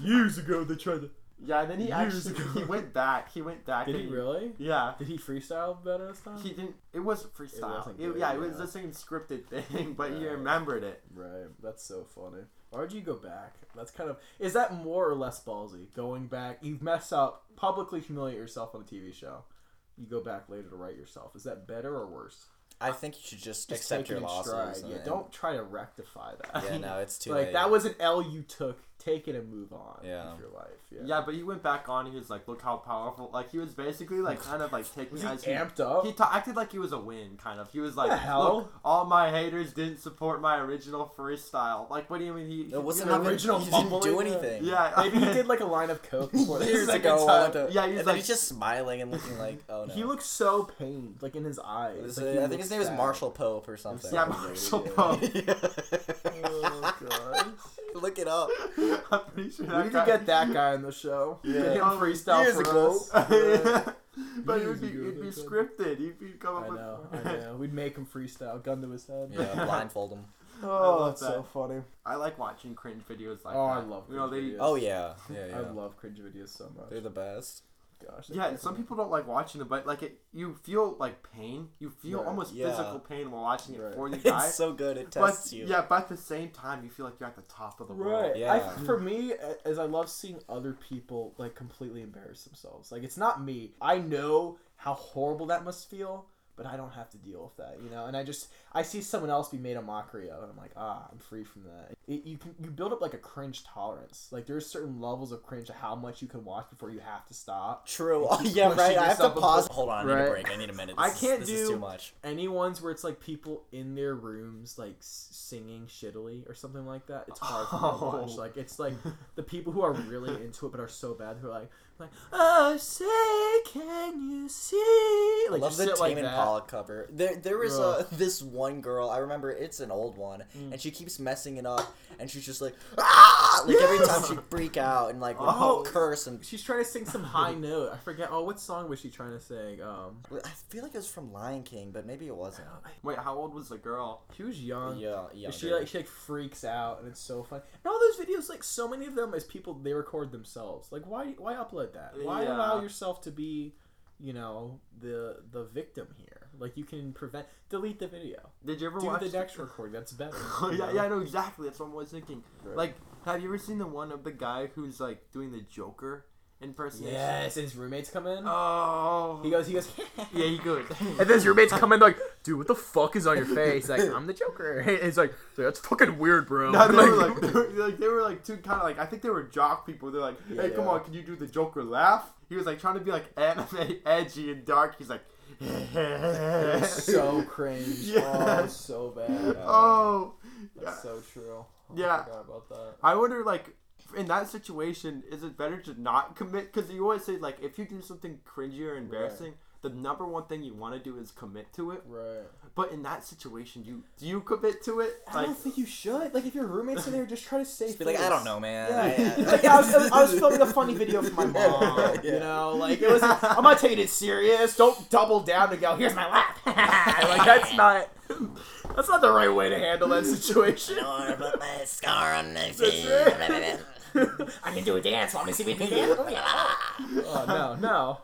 Years ago, they tried to. Yeah, and then he Years actually ago. he went back. He went back. Did he and- really? Yeah. Did he freestyle better this time? He didn't. It wasn't freestyle. It wasn't good, yeah, it was yeah. the same scripted thing, but he Right. remembered it. Right, that's so funny. Why would you go back? That's kind of is that more or less ballsy? Going back, you mess up, publicly humiliate yourself on a TV show. You go back later to right yourself. Is that better or worse? I think you should just, Just accept take your it in losses. stride. Yeah, and- don't try to rectify that. Yeah, no, it's too like late. that was an L you took. Take it and move on. Yeah. with your life. Yeah. Yeah. but he went back on. He was like, "Look how powerful!" Like he was basically like kind of like taking Was he as amped up? He ta- acted like he was a win, kind of. He was like, The hell? "Look, all my haters didn't support my original freestyle." Like, what do you mean? He, No, what's you the know, name of it? original You didn't do mumbling, uh, anything. Yeah, Maybe he did like a line of coke before the Years second ago, I time. went to, Yeah, he and was then like- he's just smiling and looking like, oh no. He looks so pained, like in his eyes. It was, Like, uh, he I think his looks name was sad. Marshall Pope or something. Yeah, Marshall Yeah. Poe. Oh god. Look it up. I'm pretty sure We that need guy. to get that guy on the show. Yeah. Get him Oh, freestyle years for ago. us. but it would Years be ago, it'd be Oh, that's it. scripted. He'd be come up I with. know, I know. We'd make him freestyle, gun to his head. Yeah, blindfold him. Oh, I love that's so funny. I like watching cringe videos like Oh, that. I love you know cringe they videos. Oh yeah, yeah, I yeah. love cringe videos so much. They're the best. Gosh. they Yeah, make some me- people don't like watching it, but like it, you feel like pain. You feel Right. almost Yeah. physical pain while watching it Right. for the guy. It's so good. It but tests you. yeah, but at the same time, you feel like you're at the top of the Right. world. I, Yeah. for me, a- as I love seeing other people like completely embarrass themselves. Like it's not me. I know how horrible that must feel, but I don't have to deal with that, you know. And I just I see someone else be made a mockery of, and I'm like, ah, I'm free from that. It, you can you build up like a cringe tolerance. Like there's certain levels of cringe of how much you can watch before you have to stop. True. Oh, yeah, pushing right. I have to yourself and pause. Hold on. I need Right. a break. I need a minute. This I is- can't this is do- too much. Any ones where it's like people in their rooms like s- singing shittily or something like that. It's hard for me to Oh. watch. Like it's like the people who are really into it but are so bad who are like like oh say can you see like I love just the shit Tame like and that. Paula cover. There, there is Ugh. Mm. a this one girl. I remember it's an old one, and she keeps messing it up, and she's just like, ah! Like every time she would freak out and like would Oh. curse, and She's trying to sing some high note. I forget. Oh, what song was she trying to sing? Um, I feel like it was from Lion King, but maybe it wasn't. Uh, Wait, how old was the girl? she was young. Yeah, yeah. But she like she like freaks out and it's so fun. And all those videos, like so many of them, is people they record themselves. Like why why upload that? Why Yeah. allow yourself to be, you know, the the victim here? Like you can prevent delete the video. Did you ever Do watch the next recording. That's better. Oh, yeah, you yeah, I know? know exactly. That's what I was thinking. Like, have you ever seen the one of the guy who's like doing the Joker impersonation? Yes, and his roommates come in. Oh. he goes. He goes. Yeah, he goes. And then his roommates come in like, dude, what the fuck is on your face? Like, I'm the Joker. And he's like, "Dude, that's fucking weird, bro. No, they were Like- like, they were, like they were like two kind of like I think they were jock people. They're like, hey, Yeah, come yeah. on, can you do the Joker laugh? He was like trying to be like anime, edgy and dark. He's like, so cringe. Yeah. Oh, so bad. oh, yeah. That's so true. Oh, Yeah. I forgot about that. I wonder like in that situation, is it better to not commit? Because you always say like if you do something cringy or embarrassing. The number one thing you want to do is commit to it, Right. but in that situation, you do you commit to it? I Like, don't think you should. Like, if your roommates are there, just try to say. be like, I don't know, man. Yeah. I- I- like, I, was, I was filming a funny video for my mom. You Yeah. know, like it was. I'm not taking it serious. Don't double down to go. Here's my laugh. like that's not. That's not the right way to handle that situation. Or put my scar on my face. right. I can do a dance. Want me to see me do a dance? oh no, no.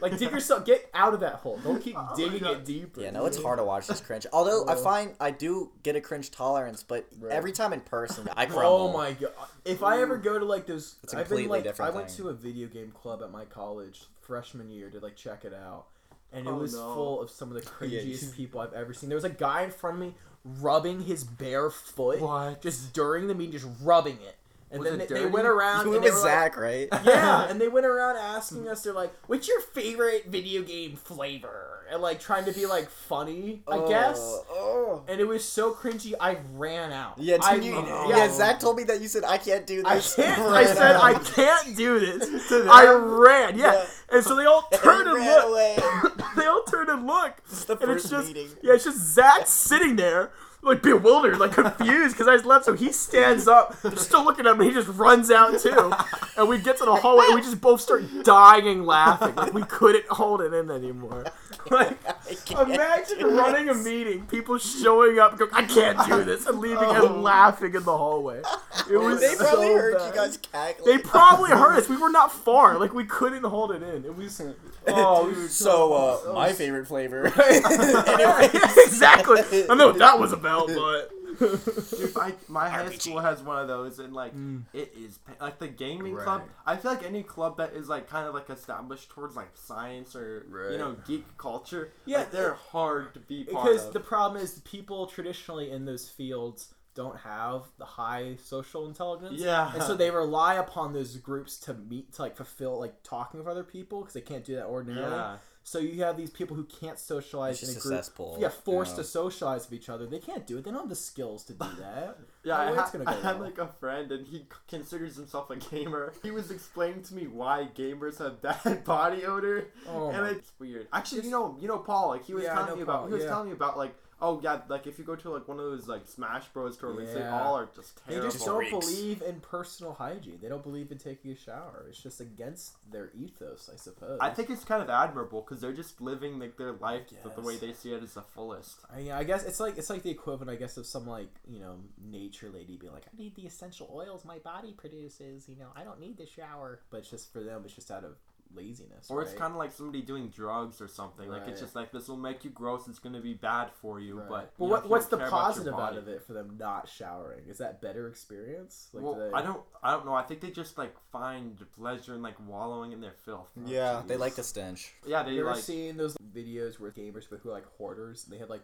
Like dig yourself, get out of that hole. Don't keep digging it deeper. Yeah, Oh, no, it's hard to watch this cringe. Although I find I do get a cringe tolerance, but every time in person, I crumble. Oh my god! If I ever go to like those, It's a I've been completely like, I different went thing. to a video game club at my college freshman year to like check it out, and it Oh, was no. full of some of the cringiest people I've ever seen. There was a guy in front of me rubbing his bare foot, What? just during the meeting, just rubbing it, and Was then it they, they dirty? went around. You went and they with were like- Zach, right? yeah, and they went around asking us, they're like, what's your favorite video game flavor? And like trying to be like funny, I guess. Oh. And it was so cringy, I ran out. Yeah, I, didn't you, yeah, yeah, Zach told me that you said I can't do I this. can't. I Ran said out. I can't do this. I ran. Yeah. Yeah. and so they all turn and ran look. away. they all turn and look. is the and it's first just meeting. yeah, it's just Zach sitting there. Like bewildered, like confused, because I just left. So he stands up, they're still looking at me. He just runs out too, and we get to the hallway, and we just both start dying laughing. Like we couldn't hold it in anymore. Like can't imagine do running a this. meeting, people showing up, going, "I can't do this," and leaving and laughing in the hallway. It Oh. was They probably so heard bad. you guys cackling. They probably heard us. We were not far. Like we couldn't hold it in. It was oh, we were So, uh, my favorite flavor. anyway, exactly. I know what that was about, but Dude, I, my high school has one of those, and like Mm. it is pa- like the gaming club. I feel like any club that is like kind of like established towards like science or you know geek culture. Yeah, Yeah, they're hard to be part because of. the problem is people traditionally in those fields don't have the high social intelligence. Yeah. and so they rely upon those groups to meet to like fulfill like talking with other people because they can't do that ordinarily. Yeah. So you have these people who can't socialize It's in a just a group. cesspool, yeah, forced yeah. to socialize with each other. They can't do it. They don't have the skills to do that. Yeah, No I, way ha- Oh, it's gonna I go had well. like a friend, and he c- considers himself a gamer. He was explaining to me why gamers have bad body odor, Oh and my- it's weird. Actually, you know, you know Paul. Like he was Yeah, I know telling me about, Paul, he was yeah. telling me about like, oh yeah, like if you go to like one of those like Smash Bros tournaments, they Yeah. all are just They terrible. just don't reeks. believe in personal hygiene. They don't believe in taking a shower. It's just against their ethos, I suppose. I think it's kind of admirable because they're just living like their life the- the way guess. they see it is the fullest. I, mean, I guess it's like it's like the equivalent, I guess, of some like you know nature lady being like, I need the essential oils my body produces. You know, I don't need the shower. But it's just for them, it's just out of laziness. Or it's kind of like somebody doing drugs or something. Like Right. it's just like this will make you gross. It's gonna be bad for you, Right. but But you know, what, if you what's don't the care about your positive out body- of it for them not showering? Is that better experience? Like, well, do they- I don't, I don't know. I think they just like find pleasure in like wallowing in their filth. yeah, they like the stench. yeah, they You ever like. seen those videos where gamers but who are like hoarders and they had like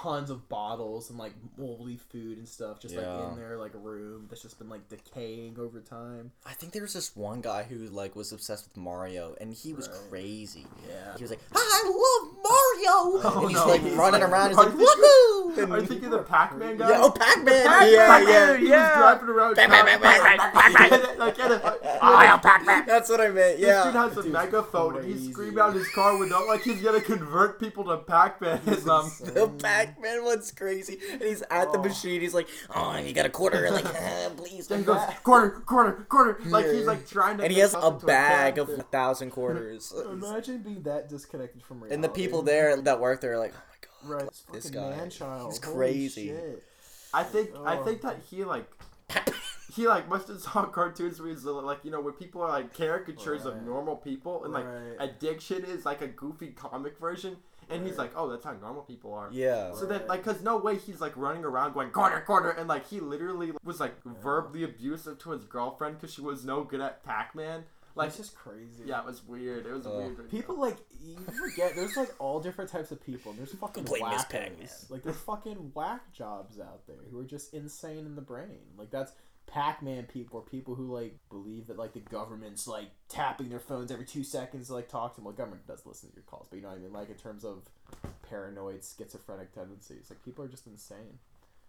tons of bottles and like moldy food and stuff just like Yeah. in their like room that's just been like decaying over time. I think there was this one guy who like was obsessed with Mario, and he was crazy. Yeah. He was like, "I love Mario," and he's Oh, no. like He's running like, around. He's "Are like, you- "Woohoo!" Are you thinking the Pac-Man guy? yeah, oh, Pac Man! Pac-Man, Yeah, He yeah. was driving around. Pac-Man, like, and a- That's what I meant. This Yeah. dude has a megaphone and he's screaming out his car window like he's gonna convert people to Um, Pac-Manism. The Oh, Pac-Man one's crazy, and he's at the machine. He's like, "Oh, you got a quarter? Like, "Ah, please." He come goes back." quarter, quarter, quarter. Like he's like trying to. And he make has up a into bag of character. a thousand quarters. Imagine being that disconnected from reality. And the people there that work there are like, "Oh my god, right, this this guy, guy, man child, he's crazy. I think Oh. I think that he like he like must have saw cartoons where he's like you know where people are like caricatures of normal people and like Right. addiction is like a goofy comic version and he's like oh that's how normal people are yeah." So that, like, cause no way he's like running around going corner, corner, and like he literally was like verbally abusive to his girlfriend because she was no good at Pac-Man. Like, That's just crazy. yeah, it was weird. It was Ugh. weird. video. People like you forget there's like all different types of people. There's fucking Play Miss Pac-Man. wackos. Like there's fucking whack jobs out there who are just insane in the brain. Like that's Pac-Man people or people who like believe that like the government's like tapping their phones every two seconds to like talk to them. Well, government does listen to your calls, but you know what I mean. Like in terms of paranoid, schizophrenic tendencies, like people are just insane.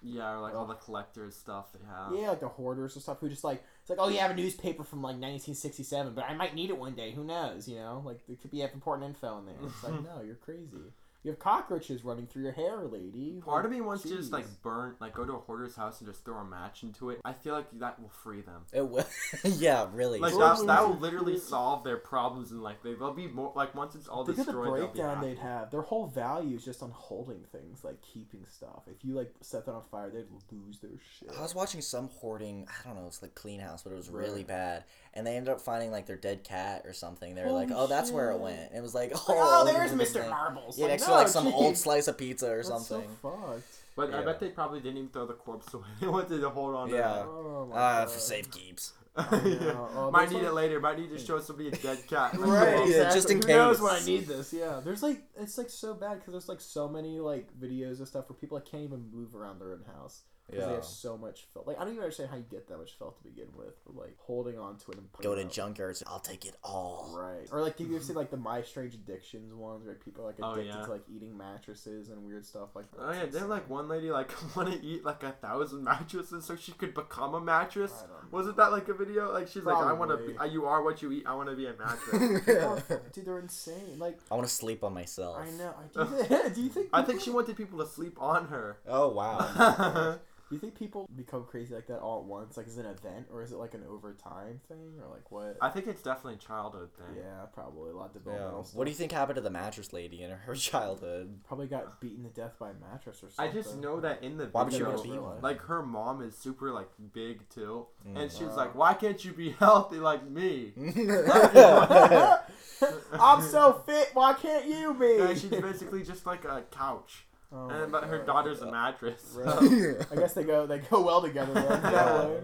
yeah, or like all the collectors stuff they have. Yeah, like the hoarders and stuff who just like it's like, oh, you have a newspaper from like 1967, but I might need it one day. Who knows? You know, like there could be have important info in there. It's like, no, you're crazy. You have cockroaches running through your hair, lady. Part of Like, me wants to just Oh, jeez. like burn, like go to a hoarder's house and just throw a match into it. I feel like that will free them. It will. yeah, really. Like Well, that, that will literally solve their problems in life. They- They'll be more like once it's all Think of the destroyed, they'll be breakdown happy. they'd have. Their whole value is just on holding things, like keeping stuff. If you like set that on fire, they'd lose their shit. I was watching some hoarding. I don't know. It's like clean house, but it was really bad. And they ended up finding like their dead cat or something. They were like, Holy "Oh, that's where it shit. went." And it was like, "Oh, oh, all there's over the Mr. thing." Marbles. Yeah, Like, next no, to like some old jeez. slice of pizza or That's something. So fucked. But I Yeah. bet they probably didn't even throw the corpse away. They wanted to hold on. Yeah. Oh my Ah, God. for safe keeps. know. Oh, might that's need what- it later. Might need to show somebody a dead cat. Right. Like, Yeah, just in Who knows case. when I need this? Yeah, there's like it's like so bad because there's like so many like videos and stuff where people like can't even move around their own house because they Yeah. have so much filth. Like I don't even understand how you get that much filth to begin with, but like holding on to it and Go to putting it out. junkyards. I'll take it all. Right. Or like you've seen like the My Strange Addictions ones where people are like Oh, addicted yeah. to like eating mattresses and weird stuff like that. Oh yeah, didn't like one lady like want to eat like a thousand mattresses so she could become a mattress? I don't Wasn't that like a video? Like she's like, I want to. Probably. be You are what you eat. I want to be a mattress. People are- Dude, they're insane. Like I want to sleep on myself. I know. I- Do you, think, do you think? I think people- she wanted people to sleep on her. Oh wow. Do you think people become crazy like that all at once? Like, is it an event or is it like an overtime thing or like what? I think it's definitely a childhood thing. yeah, probably a lot of Yeah. developmental. What do you think happened to the mattress lady in her childhood? Probably got beaten to death by a mattress or something. I just know that in the Why would she video, want to be one? like her mom is super like big too, Mm. and she's like, "Why can't you be healthy like me?" I'm so fit. Why can't you be? and she's basically just like a couch, Mm. Oh and my but her God. daughter's a mattress. I guess they go they go well together. Then, that way.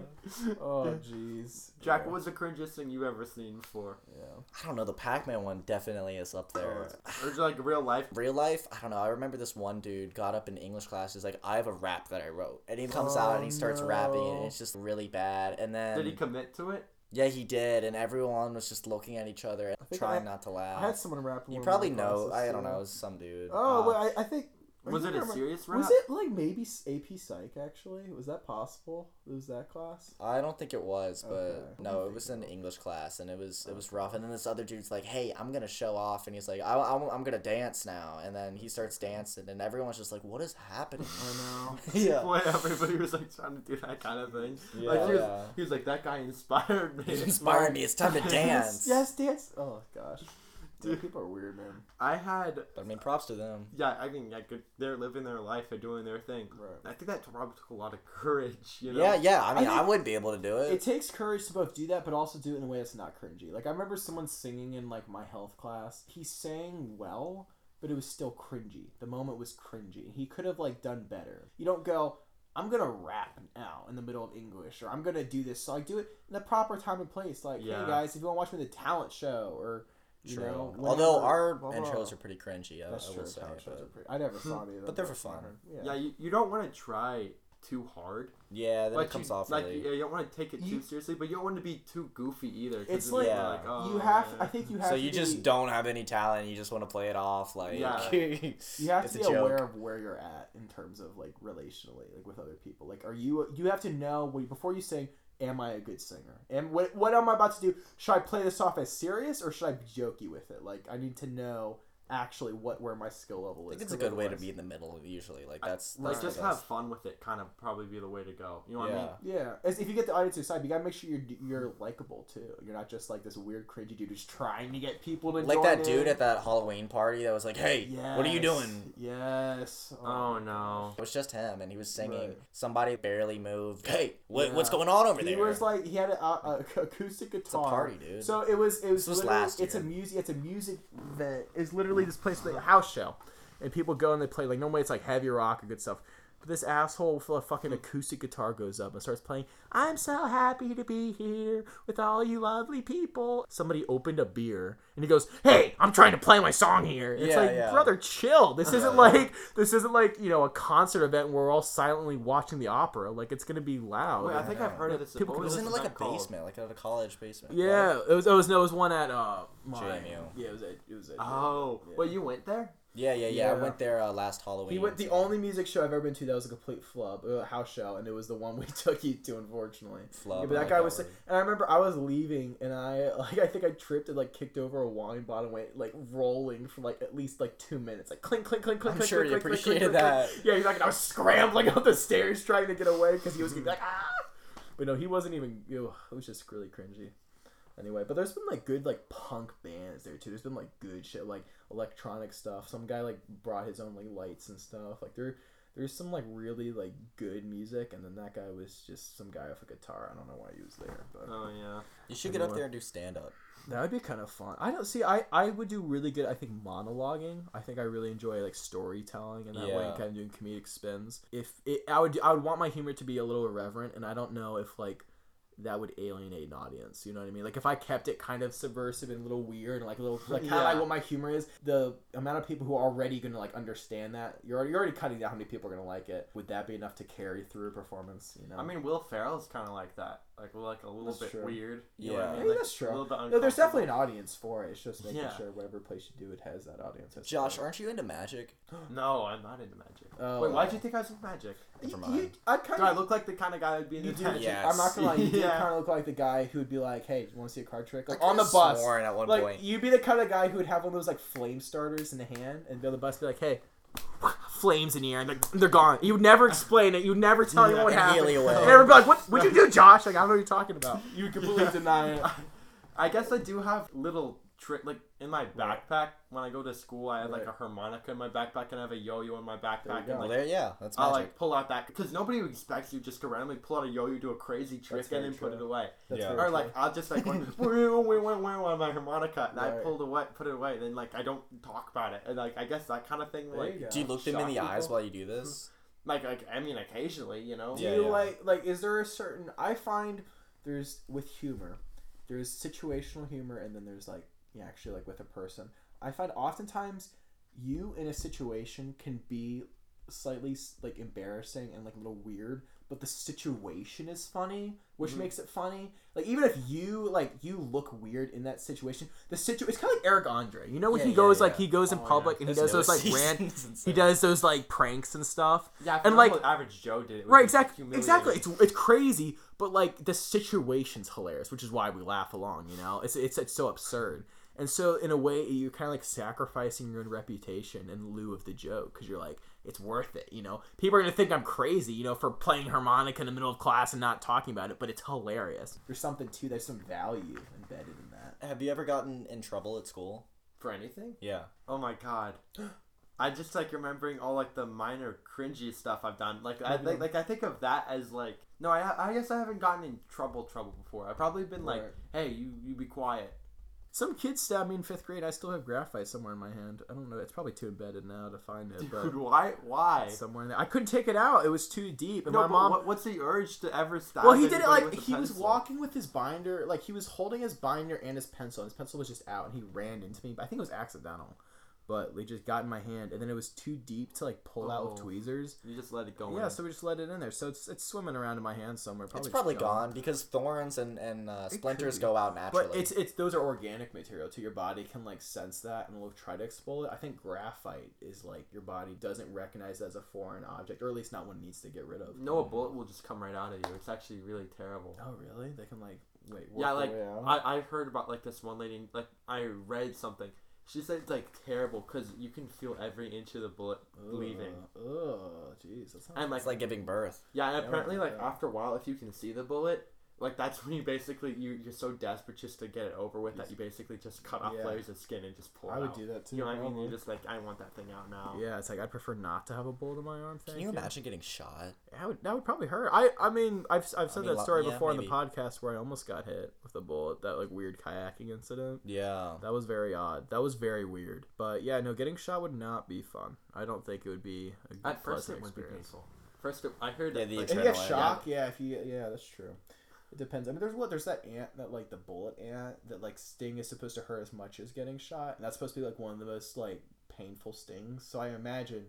Oh jeez. Jack, yeah. what was the cringiest thing you've ever seen before? yeah. I don't know. The Pac-Man one definitely is up Oh, there. Or just, like real life? real life, I don't know. I remember this one dude got up in English class. He's like, I have a rap that I wrote, and he comes out and he Oh, starts rapping, no. and it's just really bad. And then Did he commit to it? yeah, he did, and everyone was just looking at each other and think trying I- not to I laugh. had someone rap. in you one of probably my know. classes, I don't yeah. know. It was some dude. Oh, Uh, well, I, I think. I Was it think I a remem- serious rap? Was it like maybe s- AP Psych actually? Was that possible? Was that class? I don't think it was, but Okay. no, it was in English class, and it was it was rough. And then this other dude's like, "Hey, I'm gonna show off," and he's like, I, am "I'm gonna dance now." And then he starts dancing, and everyone's just like, "What is happening?" I yeah, Boy, everybody was like trying to do that kind of thing. Like, Yeah. he, was, he was like, that guy inspired me. it inspired me. It's time to dance. Yes, yes, dance. Oh gosh, dude, people are weird, man. I had, But I mean, props to them. yeah, I mean, I could, they're living their life and doing their thing. Right. I think that probably took a lot of courage, you know? Yeah, yeah. I mean, I, think- wouldn't be able to do it. It takes courage to both do that, but also do it in a way that's not cringy. Like I remember someone singing in like my health class. He sang well, but it was still cringy. The moment was cringy. He could have like done better. You don't go. I'm gonna rap now in the middle of English, or I'm gonna do this. So like, do it in the proper time and place. Like, Yeah. hey guys, if you want to watch me in the talent show, or you know, whatever, Although our blah, blah. intros are pretty cringy, I, that's I true. will say. talent shows but- are pretty, I never saw any of them, But they're for that's fun. Yeah, Yeah, you, you don't want to try too hard. yeah, then Like, it comes you, off like really. you, you don't want to take it too You- seriously, but you don't want to be too goofy either. 'cause It's then you're like, oh, you have. yeah. I think you have. so to you just be- don't have any talent. You just want to play it off like. Yeah. you have It's a to be joke. aware of where you're at in terms of like relationally like with other people like are you you have to know when- before you sing am i a good singer and what, what am i about to do should i play this off as serious or should i be jokey with it like i need to know actually what where my skill level I is think it's a 'cause good way to otherwise- be in the middle. Usually, like I- that's Like, that's the just best. have fun with it, kind of probably be the way to go. You know what I mean? Yeah. yeah as if you get the audience to your side you gotta make sure you're you're likable too you're not just like this weird cringy dude who's trying to get people to Like join that in. dude at that Halloween party that was like, "Hey, what are you Yes. doing?" yes Oh, no. It was just him, and he was singing. Right. Somebody barely moved. Hey, what, Yeah. what's going on over he there? was like he had an uh, a- acoustic guitar. party, dude. So it was it was, This was literally- last It's a year. music. It's a music event. It's literally this place like a house show, and people go and they play like normally it's like heavy rock or good stuff. But this asshole with a fucking Hmm. acoustic guitar goes up and starts playing. I'm so happy to be here with all you lovely people. Somebody opened a beer and he goes, "Hey, I'm trying to play my song here." And it's Yeah, like, yeah. brother, chill. This isn't like this isn't like you know a concert event where we're all silently watching the opera. Like it's gonna be loud. Wait, I think I've heard of this. People what can it was in this like a event called? basement, like at a college basement. Yeah, it was. It was no, it was one at uh, my, JMU. Oh, Yeah, it was at it was at. Oh, well, you went there? Yeah, yeah, yeah. I Yeah. went there uh, last Halloween. He went the so- only music show I've ever been to that was a complete flub, a house show, and it was the one we took you to, unfortunately. Flub, Yeah, I but that like guy that was, word. and I remember I was leaving, and I like I think I tripped and like kicked over a wine bottle, and went like rolling for like at least like two minutes, like clink clink clink clink. I'm clink, sure clink, you clink, clink, appreciated clink, clink. that. Yeah, he's like, and I was scrambling up the stairs trying to get away because he was gonna be like ah. But no, he wasn't even. Ew, it was just really cringy. Anyway, but there's been like good like punk bands there too. There's been like good shit like electronic stuff. Some guy like brought his own like lights and stuff. Like there there's some like really like good music and then that guy was just some guy with a guitar. I don't know why he was there, but Oh yeah. You should get up there and do stand up. that would be kind of fun. I don't see I I would do really good I think monologuing. I think I really enjoy like storytelling and that way Yeah. and kind of doing comedic spins. If it I would I would want my humor to be a little irreverent and I don't know if like that would alienate an audience. You know what I mean? Like if I kept it kind of subversive and a little weird and like a little like kind of Yeah. like what my humor is, the amount of people who are already going to like understand that you're already, you're already cutting down how many people are going to like it. Would that be enough to carry through a performance? You know, I mean, Will Ferrell's kind of like that. Like, like a little That's bit true. weird. Yeah. You know what I mean? Maybe Like, that's true. A little bit no, there's definitely an uncomfortable. audience for it. It's just making Yeah. sure whatever place you do it has that audience. That's Josh, right. aren't you into magic? No, I'm not into magic. Oh. Wait, why'd you think I was into magic? Never You- you- mind. I kind Do I of look like the kind of guy that'd be into You do. magic? Yeah. I'm not gonna lie, you do Yeah. kind of look like the guy who would be like, "Hey, you want to see a card trick?" Like I on the could've bus, sworn at one like point. you'd be the kind of guy who would have one of those like flame starters in the hand and be on the bus, be like, "Hey, flames in the air, and they're, they're gone." You would never explain it. You would never tell anyone what And happened. Haley away. And everyone would be like, "What? What'd you do, Josh?" Like I don't know what you're talking about. You would completely deny it. I guess I do have little trick like in my backpack when I go to school. I have like Right. a harmonica in my backpack and I have a yo-yo in my backpack. go. And, Well, like, there, yeah, that's I magic. like pull out that because nobody expects you just to randomly pull out a yo-yo, do a crazy trick, very and then put true. it away. That's Yeah. very Or like true. I'll just like went, "Wah, wah, wah, wah, wah," my harmonica, and I Right. pulled away, put it away, and then like I don't talk about it, and like I guess that kind of thing. There Like, you go. do you look them in shock the eyes people. while you do this? like, like I mean, occasionally, you know. Do Yeah, you yeah. like like is there a certain I find there's with humor, there's situational humor and then there's like yeah, actually like with a person. I find oftentimes you in a situation can be slightly like embarrassing and like a little weird, but the situation is funny, which Mm-hmm. makes it funny. Like even if you like you look weird in that situation, the situ it's kind of like Eric Andre. You know when Yeah, he yeah, goes like yeah. he goes in Oh, yeah. public and he does those like rant he does those like pranks and stuff. Yeah, And, and like- like average Joe did it. would Right, be exactly. humiliating. Exactly. It's it's crazy, but like the situation's hilarious, which is why we laugh along. You know, it's it's, it's so absurd, and so in a way you're kind of like sacrificing your own reputation in lieu of the joke because you're like it's worth it. You know, people are gonna think I'm crazy. You know, for playing harmonica in the middle of class and not talking about it, but it's hilarious. There's something too. There's some value embedded in that. Have you ever gotten in trouble at school? for anything. Yeah. Oh my god. I just like remembering all like the minor cringy stuff I've done. Like I Mm-hmm. like, like I think of that as like no, I I guess I haven't gotten in trouble trouble before. I've probably been like, Right. hey, you you be quiet. Some kid stabbed me in fifth grade. I still have graphite somewhere in my hand. I don't know. It's probably too embedded now to find it, but. Dude, why why? Somewhere in there, I couldn't take it out. It was too deep, and no, my but mom. what, what's the urge to ever stop? Well, he did it like he was walking with his binder, like he was holding his binder and his pencil. and His pencil was just out, and he ran into me. I think it was accidental, but they just got in my hand, and then it was too deep to like pull out with Oh. tweezers. You just let it go. Yeah, in. so we just let it in there. So it's it's swimming around in my hand somewhere. Probably It's probably just gone because thorns and, and uh, could splinters be. go out naturally. But it's it's those are organic material too. Your body can like sense that and will try to expel it. I think graphite is like your body doesn't recognize it as a foreign object, or at least not one it needs to get rid of. no, a bullet will just come right out of you. It's actually really terrible. Oh really? They can like wait. yeah, work like their way out? I, I heard about like this one lady. Like I read something. She said it's like terrible because you can feel every inch of the bullet leaving. Oh, jeez. that sounds- And like, It's like giving birth. yeah, and apparently like yeah. after a while, if you can see the bullet, like that's when you basically you you're so desperate just to get it over with that you basically just cut off Yeah. layers of skin and just pull. I it would out. do that too, You know what I mean? probably. You're just like I want that thing out now. yeah, it's like I'd prefer not to have a bullet in my arm. Can you imagine getting shot? That would, that would probably hurt. I I mean I've I've said mean, that lo- story yeah, before in maybe. the podcast where I almost got hit with a bullet. That like weird kayaking incident. Yeah. That was very odd. That was very weird. But yeah, no, getting shot would not be fun. I don't think it would be a good At first pleasant it would be experience. painful. First, it, I heard Yeah, that the like, adrenaline. If you get Adrenaline. shock, yeah. If you get, yeah, that's true. It depends. I mean, there's what there's that ant that like the bullet ant that like sting is supposed to hurt as much as getting shot, and that's supposed to be like one of the most like painful stings. So I imagine,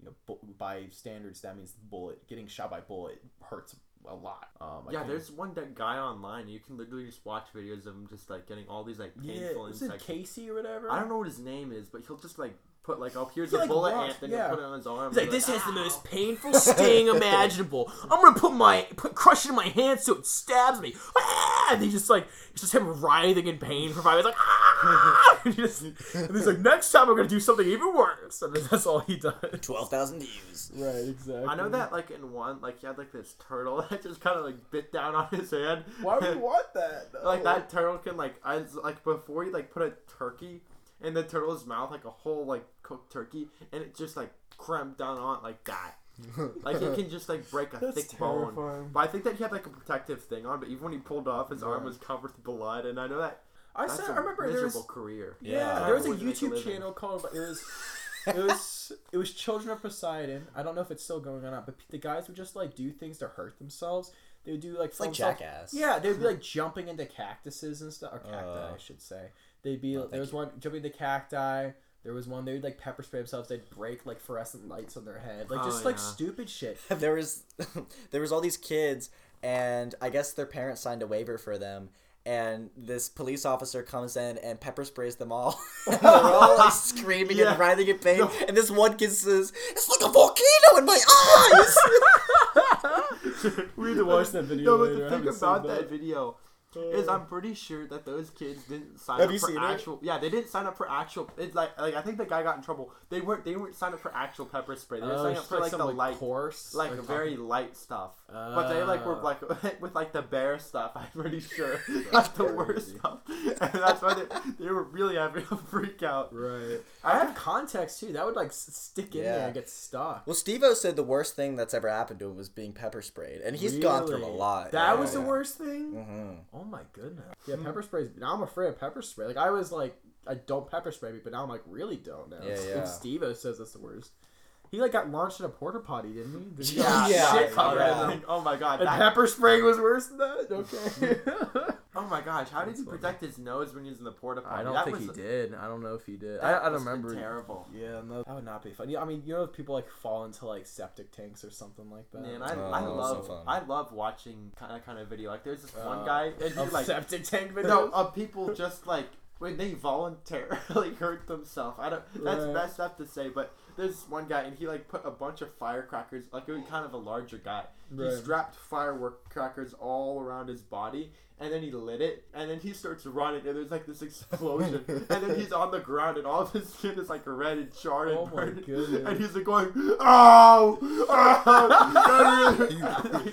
you know, bu- by standards, that means bullet getting shot by bullet hurts a lot. Um, I Yeah, can't- there's one that guy online. You can literally just watch videos of him just like getting all these like yeah, painful was it insects. Casey or whatever? I don't know what his name is, but he'll just like put like, oh, here's He, a like, bullet, walked- Anthony, yeah. put it on his arm. He's like, and this has the "Ah." most painful sting imaginable. I'm gonna put my put crush it in my hand so it stabs me. Ah! And he just like it's just him writhing in pain for five minutes, like ah! and, he just- and he's like, next time I'm gonna do something even worse. And then that's all he does. Twelve thousand views. Right, exactly. I know that, like in one, like he had like this turtle that just kind of like bit down on his hand. want that? like that turtle can like I like before you like put a turkey in the turtle's mouth like a whole like cooked turkey and it just like cramped down on it like that. like it can just like break a That's thick terrifying. bone. But I think that he had like a protective thing on, but even when he pulled off, his arm was covered with blood. And I know that I that's saw, a I remember there miserable was career. yeah, Yeah. there was a Would make a YouTube living. channel called it was it was it was Children of Poseidon. I don't know if it's still going on, or not, but the guys would just like do things to hurt themselves. They would do like It's like themselves- Jackass. Yeah, they'd be like jumping into cactuses and stuff, or cacti, Uh. I should say. They'd be thank there was one jumping into cacti. There was one they would like pepper spray themselves. They'd break like fluorescent lights on their head, like Oh, just like yeah. stupid shit. there was there was all these kids and i guess their parents signed a waiver for them and this police officer comes in and pepper sprays them all. and they're all like screaming Yeah. and writhing in pain. And this one kid says, "It's like a volcano in my eyes." We need to watch that video No, but later. I the thing haven't seen about that. that video is I'm pretty sure that those kids didn't sign Have up you for seen it? actual. Yeah, they didn't sign up for actual. It's like like I think the guy got in trouble. They weren't they weren't signed up for actual pepper spray. They were Oh, signed up just, for like some, the light course, like talking- very light stuff. but they like were Oh. like with like the bear stuff. I'm pretty sure like the worst stuff, and that's why they, they were really having a freak out. right. I have context too. That would like s- stick in there Yeah. and get stuck. well, Steve-O said the worst thing that's ever happened to him was being pepper sprayed, and he's gone through a Really? lot. That Yeah. was the worst thing. Mhm. Oh my goodness. Yeah, pepper sprays. Now I'm afraid of pepper spray. Like I was like, I don't pepper spray me, but now I'm like, really don't now. Yeah, Even yeah. Steve-O says that's the worst. He like got launched in a porta potty, didn't he? Did he Yeah, get yeah, shit covered yeah. in him? And- Oh my god! And that- pepper spray was worse than that. Okay. oh my gosh! How did he protect his nose when he was in the porta potty? I don't That think was- he did. I don't know if he did. that I, I don't must've been remember. Terrible. yeah, no, that would not be fun. Yeah, I mean, you know, if people like fall into like septic tanks or something like that. Man, I, Oh, I that was love so fun. I love watching kind of kind of video. Like there's this Uh, one guy and he Of like septic tank videos. no of people just like when they voluntarily hurt themselves. I don't that's Right. messed up to say, but there's this one guy and he like put a bunch of firecrackers like it was kind of a larger guy. Right. He strapped firework crackers all around his body and then he lit it and then he starts running and there's like this explosion and then he's on the ground and all of his skin is like red and charred Oh and my burning goodness. and he's like going oh, oh.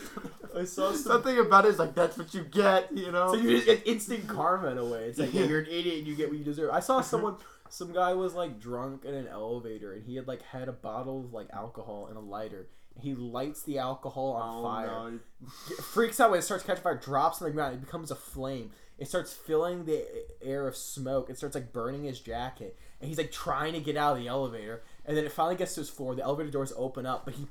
I saw some Something about it is like that's what you get, you know. So you just get instant karma in a way. It's like yeah, you're an idiot and you get what you deserve. I saw someone, some guy was like drunk in an elevator and he had like had a bottle of like alcohol and a lighter. He lights the alcohol on Oh, fire, Get- freaks out when it starts catching fire, drops on the ground, it becomes a flame. It starts filling the air of smoke. It starts like burning his jacket, and he's like trying to get out of the elevator. And then it finally gets to his floor. The elevator doors open up, but he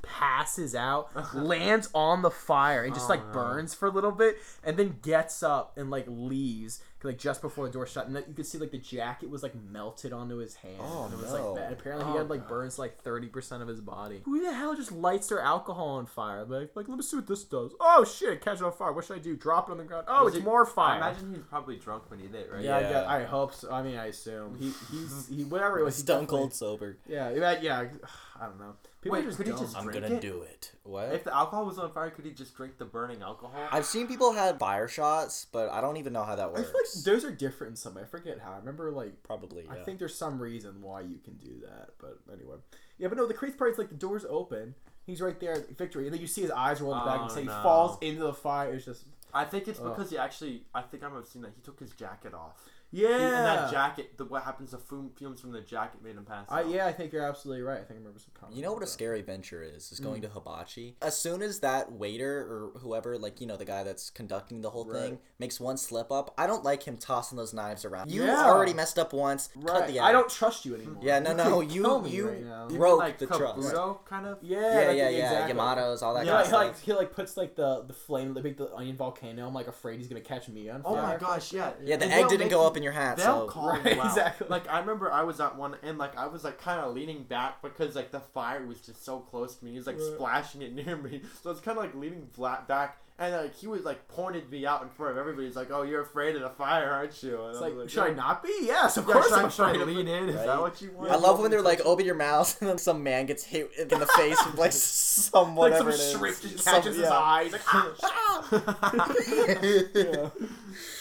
passes out, lands on the fire, Oh, and just like burns for a little bit, and then gets up and like leaves, like just before the door shut. And then you could see like the jacket was like melted onto his hand. Oh, and it was no. like bad. Apparently, he had like burns to, like thirty percent of his body. Oh, Who the hell just lights their alcohol on fire? Like, like let me see what this does. Oh shit, catch it on fire. What should I do? Drop it on the ground. Oh, Was it's he- more I fire. imagine he was probably drunk when he did, right? yeah, I, Yeah. guess, I hope so. I mean, I assume he he's he whatever it was. he Stone definitely- cold sober. Yeah, yeah, yeah. I don't know. People Wait, are just could he dumb. just- I'm Drink gonna it? do it. What? If the alcohol was on fire, could he just drink the burning alcohol? I've seen people had fire shots, but I don't even know how that I works. feel like those are different in some way. I forget how. I remember like Probably. I yeah. think there's some reason why you can do that, but anyway. Yeah, but no, the crazy part is like the doors open. He's right there, at victory, and then you see his eyes rolling back, and Oh, so he no. falls into the fire. It's just I think it's Ugh. because he actually. I think I might have seen that he took his jacket off. yeah, He- and that jacket, the what happens to fume, fumes from the jacket made him pass I, out. yeah, I think you're absolutely right. I think I remember some comments. You know what a about scary venture is? Is Hmm. going to hibachi. As soon as that waiter or whoever, like you know, the guy that's conducting the whole thing, makes one slip up, I don't like him tossing those knives around. You Yeah. already messed up once. that. Cut Right. the. I act. don't trust you anymore. Yeah, no, no. could kill You me you right now. Even broke like the trust. Kabuto, kind of. Yeah, Yeah, like, yeah, yeah. exactly. Yamatos, all that Yeah, kind like, of he, stuff. like he like puts like the the flame, like the onion volcano. I'm like afraid he's gonna catch me on fire. Oh my gosh, yeah. yeah, the And egg they'll didn't make go you- up in your hat. so They'll call Right, you out. exactly. Like I remember I was at one and like I was like kind of leaning back because like the fire was just so close to me. He was like Right. splashing it near me, so I was kind of like leaning flat back. And like he was like pointed me out in front of everybody. He's like, "Oh, you're afraid of the fire, aren't you?" And It's I like, was should I "Yeah." not be? Yes, of Yeah, course. should I, I'm should I afraid of lean it. in? Is Right. that what you want? I love when they're like, open your mouth, and then some man gets hit in the face with like some Like whatever some it is. shrink just Some- catches his yeah. eye. He's like, ah, yeah.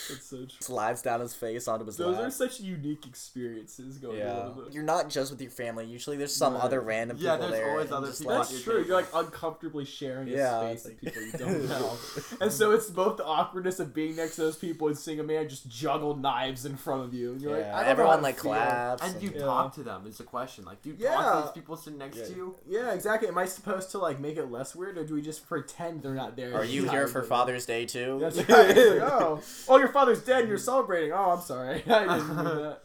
That's so true. Slides down his face onto his Those lap. are such unique experiences going Yeah. on. You're not just with your family. Usually there's some other random Yeah, people there's there. always and other just, people. like- That's true. You're like uncomfortably sharing Yeah, a space it's with people you don't know, and so it's both the awkwardness of being next to those people and seeing a man just juggle knives in front of you, and you're like, Yeah, I don't know how everyone to like feel. claps. And do you Yeah. talk to them? Is the question. Like, do you Yeah. talk to these people sitting next to you? Yeah, exactly. Am I supposed to like make it less weird, or do we just pretend they're not there? Are and you see how here they for do it? Father's Day too? That's right. It's like, oh, oh, your father's dead. and You're celebrating. Oh, I'm sorry. I didn't mean that.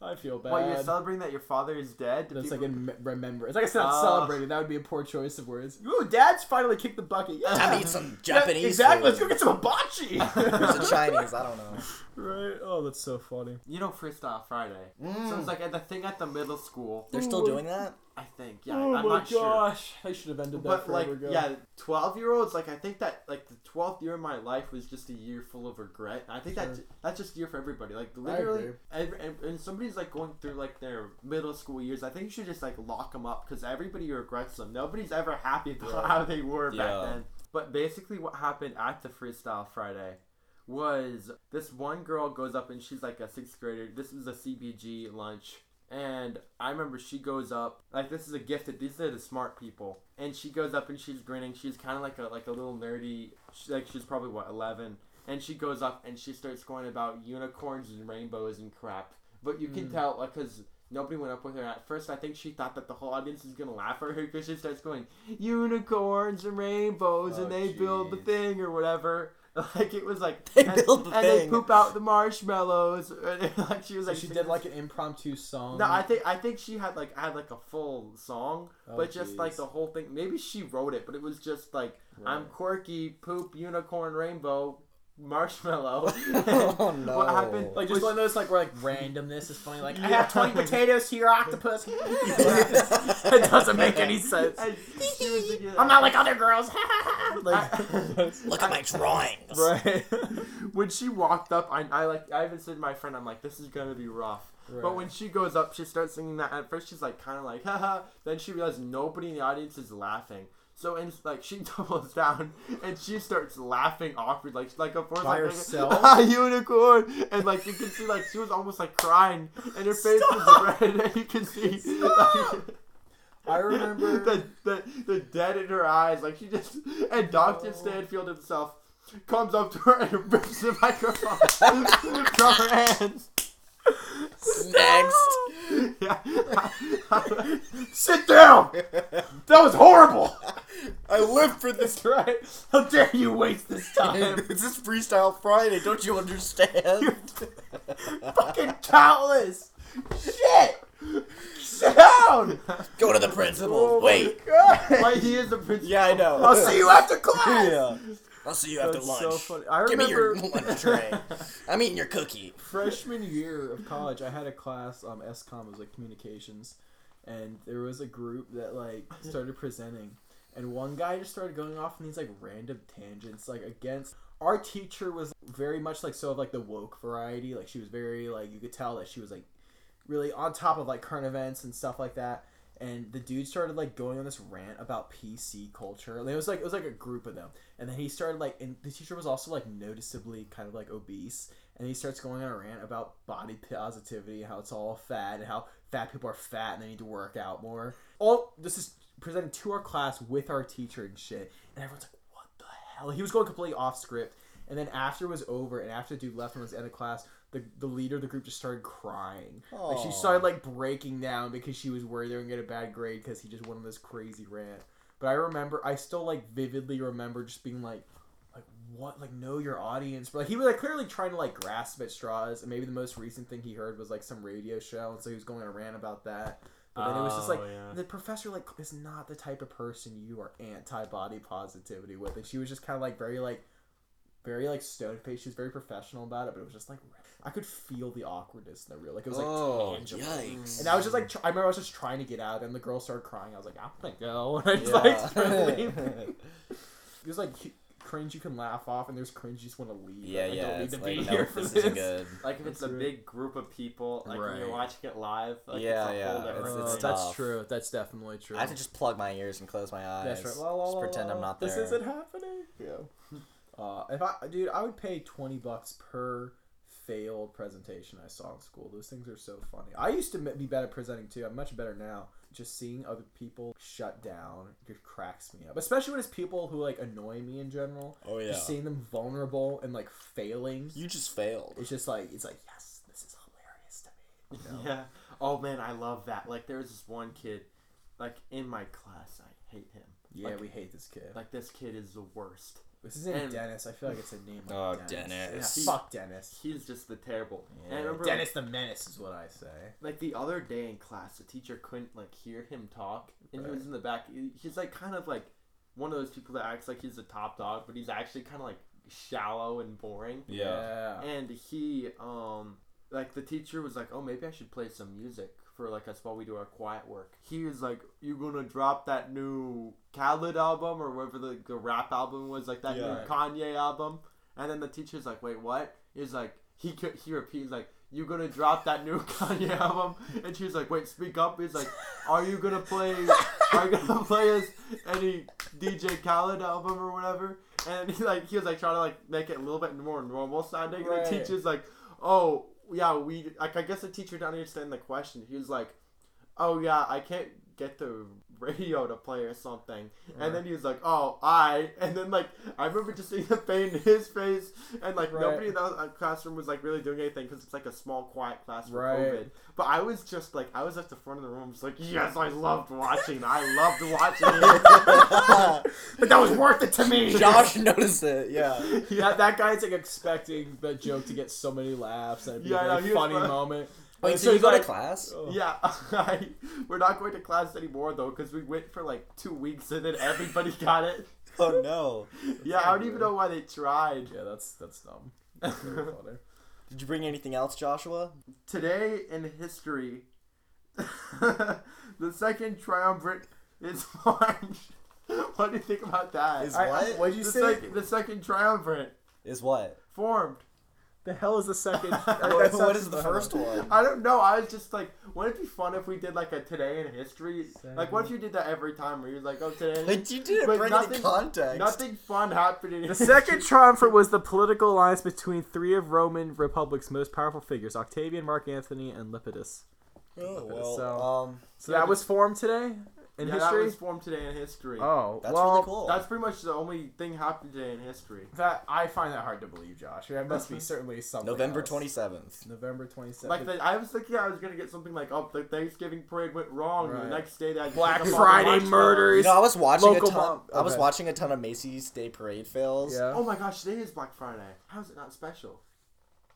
I feel bad. While you're celebrating that your father is dead, do That's people- like in me- remember. It's like it's not Uh, Oh. celebrating. That would be a poor choice of words. Ooh, dad's finally kicked the bucket. Yeah. Time to eat some Yeah, Japanese. exactly. Let's go food. get some hibachi. Or is it Chinese? I don't know. right. Oh, that's so funny. you know, first off, Friday. So Mm. it's like at the thing at the middle school. They're still doing that. I think. Yeah, oh I'm my not sure. gosh, I should have ended that But like, forever ago. yeah, twelve year olds. Like, I think that like the twelfth year of my life was just a year full of regret. And I think that Sure. that's just a year for everybody. Like, literally, agree. every, and, and somebody's like going through like their middle school years. I think you should just like lock them up because everybody regrets them. Nobody's ever happy about how they were Yeah. back then. But basically, what happened at the Freestyle Friday was this one girl goes up and she's like a sixth grader. This is a CBG lunch. And I remember she goes up like this is a gifted. These are the smart people. And she goes up and she's grinning. She's kind of like a like a little nerdy. She, like she's probably what eleven. And she goes up and she starts going about unicorns and rainbows and crap. But you Hmm. can tell like because nobody went up with her at first. I think she thought that the whole audience was gonna laugh at her because she starts going unicorns and rainbows Oh, and they build the jeez. thing or whatever. Like it was like They and, build the and thing. they poop out the marshmallows. And, like she was So like she singing did like an impromptu song. no, I think I think she had like had like a full song, Oh, but just like jeez. the whole thing. Maybe she wrote it, but it was just like I'm Right. quirky, poop, unicorn, rainbow, marshmallow. Oh, And no. What happened? like just was- one of those like where like randomness is funny. Like I Yeah. have twenty potatoes here, octopus. it doesn't make any sense. and she was thinking, I'm not like other girls. like, Look at my drawings. right. when she walked up, I, I like I even said to my friend, I'm like, this is gonna be rough. But when she goes up, she starts singing that. At first, she's like kind of like, haha. Then she realized nobody in the audience is laughing. So and like she doubles down and she starts laughing awkward, like like of course By like, herself? "Ah, unicorn, and like you can see like she was almost like crying, and her face was red, and you can see like, I remember the, the the dead in her eyes, like she just and Doctor Stanfield himself comes up to her and rips the microphone from her hands. Next. Yeah. Sit down. That was horrible. I live for this. Right? How dare you waste this time? It's this freestyle Friday. Don't you understand? Fucking countless. Shit. Sit down. Go to the Oh principal. Wait. Why he is a prince. Yeah, I know. I'll see you after class. Yeah. I'll see you after That's so lunch. funny. I Give me your remember lunch tray. I'm eating your cookie. freshman year of college, I had a class. Um, SCOM was like communications, and there was a group that like started presenting, and one guy just started going off on these like random tangents, like against. Our teacher was very much like so of like the woke variety. Like she was very like you could tell that she was like really on top of like current events and stuff like that. And the dude started like going on this rant about PC culture. And it was like it was like a group of them. And then he started like and the teacher was also like noticeably kind of like obese. And he starts going on a rant about body positivity, how it's all fat and how fat people are fat and they need to work out more. All this is presented to our class with our teacher and shit. And everyone's like, what the hell? He was going completely off script. And then after it was over, and after the dude left and was in the class, the, the leader of the group just started crying. Like she started like breaking down because she was worried they were gonna get a bad grade because he just went on this crazy rant. But I remember, I still like vividly remember just being like, like what, like know your audience. But like he was like clearly trying to like grasp at straws, and maybe the most recent thing he heard was like some radio show, and so he was going on a rant about that. But then it was just like Oh, yeah. the professor like is not the type of person you are anti body positivity with, and she was just kind of like very like very like stone faced. She was very professional about it, but it was just like I could feel the awkwardness in the real. Like it was like Oh, tangible. yikes. And I was just like, tr- I remember I was just trying to get out, and the girl started crying. I was like, I'm gonna go. And I just Yeah. like started leaving. There's like cu- cringe you can laugh off, and there's cringe you just want to leave. yeah, Like, I yeah. don't need It's to like, be no, here for this this. isn't good. Like if it's a That's right. big group of people, like when Right. you're watching it live, like Yeah, it's a yeah, whole different it's- Uh, it's thing. tough. that's true. That's definitely true. I have to just plug my ears and close my eyes. That's right. La, la, just la, pretend la, I'm not there. This isn't happening. Yeah. Uh, if I, dude, I would pay twenty bucks per failed presentation I saw in school. Those things are so funny. I used to m- be bad at presenting too. I'm much better now. Just seeing other people shut down just cracks me up. Especially when it's people who like annoy me in general. Oh, Just seeing them vulnerable and like failing. You just failed. It's just like it's like yes, this is hilarious to me. You know? Yeah. Oh man, I love that. Like there was this one kid, like in my class, I hate him. Yeah, Like- we hate this kid. Like this kid is the worst. this is name and- Dennis. I feel like it's a name. Like Oh, Dennis. Yeah, fuck Dennis. He's just the terrible. And I Yeah, remember, Dennis the Menace is what I say. Like the other day in class, the teacher couldn't like hear him talk, and he was in the back. He- He's like kind of like one of those people that acts like he's the top dog, but he's actually kind of like shallow and boring. Yeah. And he, um, like the teacher was like, "Oh, maybe I should play some music for like us while we do our quiet work." He was like, "You gonna drop that new Khaled album or whatever the, the rap album was, like that Yeah. new Kanye album?" And then the teacher's like, "Wait, what?" He's like, he could he repeats like. You gonna drop that new Kanye album? And she's like, "Wait, speak up." He's like, "Are you gonna play? Are you gonna play us any DJ Khaled album or whatever?" And he like he was like trying to like make it a little bit more normal sounding. Right. And the teacher's like, "Oh yeah, we like I guess the teacher didn't understand the question." He was like, "Oh yeah, I can't get the radio to play or something." And then he was like, "Oh I," and then like I remember just seeing the pain in his face, and like Right. nobody in the uh, classroom was like really doing anything because it's like a small quiet class for Right. COVID. But I was just like I was at the front of the room, just like yes, I loved watching. I loved watching it. But that was worth it to me. Josh noticed it. Yeah. yeah, that guy's like expecting the joke to get so many laughs and it'd be Yeah, I a know, very he was funny like- moment. Wait, And so you he's go to like- class? Oh. Yeah, I, we're not going to class anymore though because we went for like two weeks and then everybody got it. Oh no! Yeah, I don't even know why they tried. Yeah, that's that's dumb. That's very funny. Did you bring anything else, Joshua? Today in history, the second triumvirate is formed. what do you think about that? Is I- I- what? what'd you the, say? sec- the second triumvirate Is what? formed. the hell is the second? What- what is the first one? I don't know. I was just like, wouldn't it be fun if we did like a today in history? Like, what if you did that every time where you're like, oh, today. in- Like you didn't But bring any nothing- context. Nothing fun happened in The history. second triumvirate was the political alliance between three of Roman Republic's most powerful figures, Octavian, Mark Antony, and Lepidus. Oh well. So- um, So Yeah, that but- was formed today in yeah, history. that was formed today in history. Oh, that's well, really cool. That's pretty much the only thing happened today in history. That I find that hard to believe, Josh. That must be certainly something. November else. twenty seventh. November twenty seventh. Like the, I was thinking I was gonna get something like, oh, the Thanksgiving parade went wrong. and Right. The next day, that Black that- Friday that- murders. You know, I was watching Local a ton. bomb- I was okay. watching a ton of Macy's Day Parade fails. yeah. Oh my gosh, today is Black Friday. How is it not special?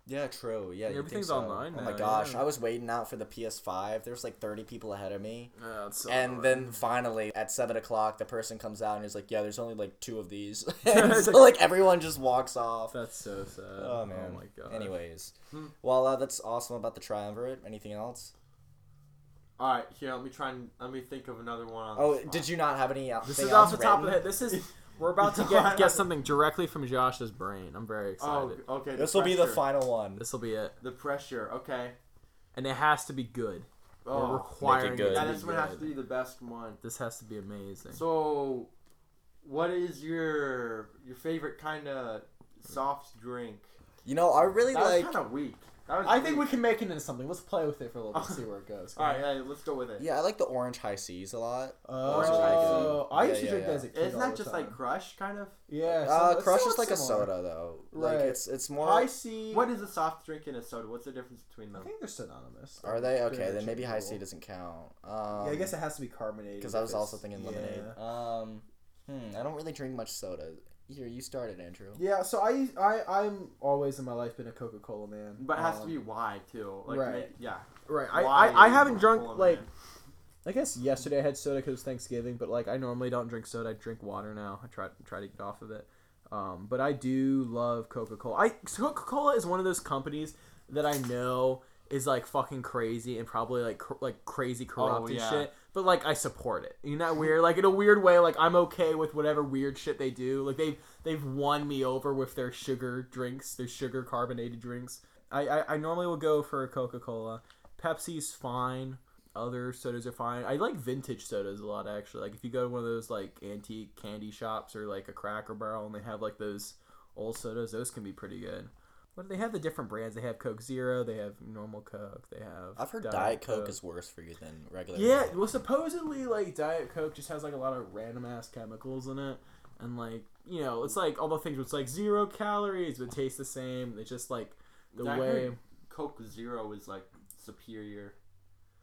Yeah, true. Yeah, you'd think Everything's so. online Oh my now, gosh, yeah. I was waiting out for the PS5. There was like 30 people ahead of me, Uh, it's so and annoying. then finally at seven o'clock, the person comes out and is like, "Yeah, there's only like two of these," and so like everyone just walks off. that's so sad. Oh man. my god. Anyways, Hmm. well, uh, that's awesome about the triumvirate. Anything else? All right, here, let me try and let me think of another one. On Oh, the spot. did you not have any? uh, This thing is off the else top of the written? head. This is we're about to get get something directly from Josh's brain. I'm very Oh, excited. okay. This will be the pressure. final one. This will be it, The pressure. Okay. and it has to be good. We're Oh, requiring it. good. to yeah, be this one has to good. be the best one. This has to be amazing. So, what is your your favorite kind of soft drink? You know, I really That was like. kind of weak. That was I think weak. we can make it into something. Let's play with it for a little bit, see where it goes. Uh, All right, yeah, let's go with it. Yeah, I like the orange high seas a lot. Orange Oh, high I C. used to Yeah, drink yeah, that as a kid. Isn't all that the just time. like Crush, kind of? yeah? Uh, some- Crush is somewhat like a similar. soda though. Right. Like it's it's more. High C. What is a soft drink and a soda? What's the difference between I them? think they're synonymous. Are they They're okay? Then maybe high C doesn't interchangeable. count. Um, Yeah, I guess it has to be carbonated. because I if was it's- also thinking lemonade. yeah. Um, hmm, I don't really drink much soda. Here, you started, Andrew. Yeah, so I, I, I'm always in my life been a Coca Cola man. But it has to Um, be Y too. Like, right. ma- yeah. right. I, Y I, I is haven't a cola, drunk like man. I guess yesterday I had soda because it was Thanksgiving, but like I normally don't drink soda. I drink water now. I try try to get off of it. Um, but I do love Coca Cola. I Coca Cola is one of those companies that I know is like fucking crazy and probably like cr- like crazy corrupt Oh, and yeah. shit. But like I support it. You know, weird. Like in a weird way, like I'm okay with whatever weird shit they do. Like they've they've won me over with their sugar drinks, their sugar carbonated drinks. I I, I normally will go for Coca Cola. Pepsi's fine. Other sodas are fine. I like vintage sodas a lot actually. Like if you go to one of those like antique candy shops or like a Cracker Barrel and they have like those old sodas, those can be pretty good. What do they have? The different brands. They have Coke Zero. They have normal Coke. They have. I've heard Diet Coke is worse for you than regular. Yeah, Coke. well, supposedly like Diet Coke just has like a lot of random ass chemicals in it, and like you know, it's like all the things. It's like zero calories, but taste the same. It's just like the I way. heard Coke Zero is like superior.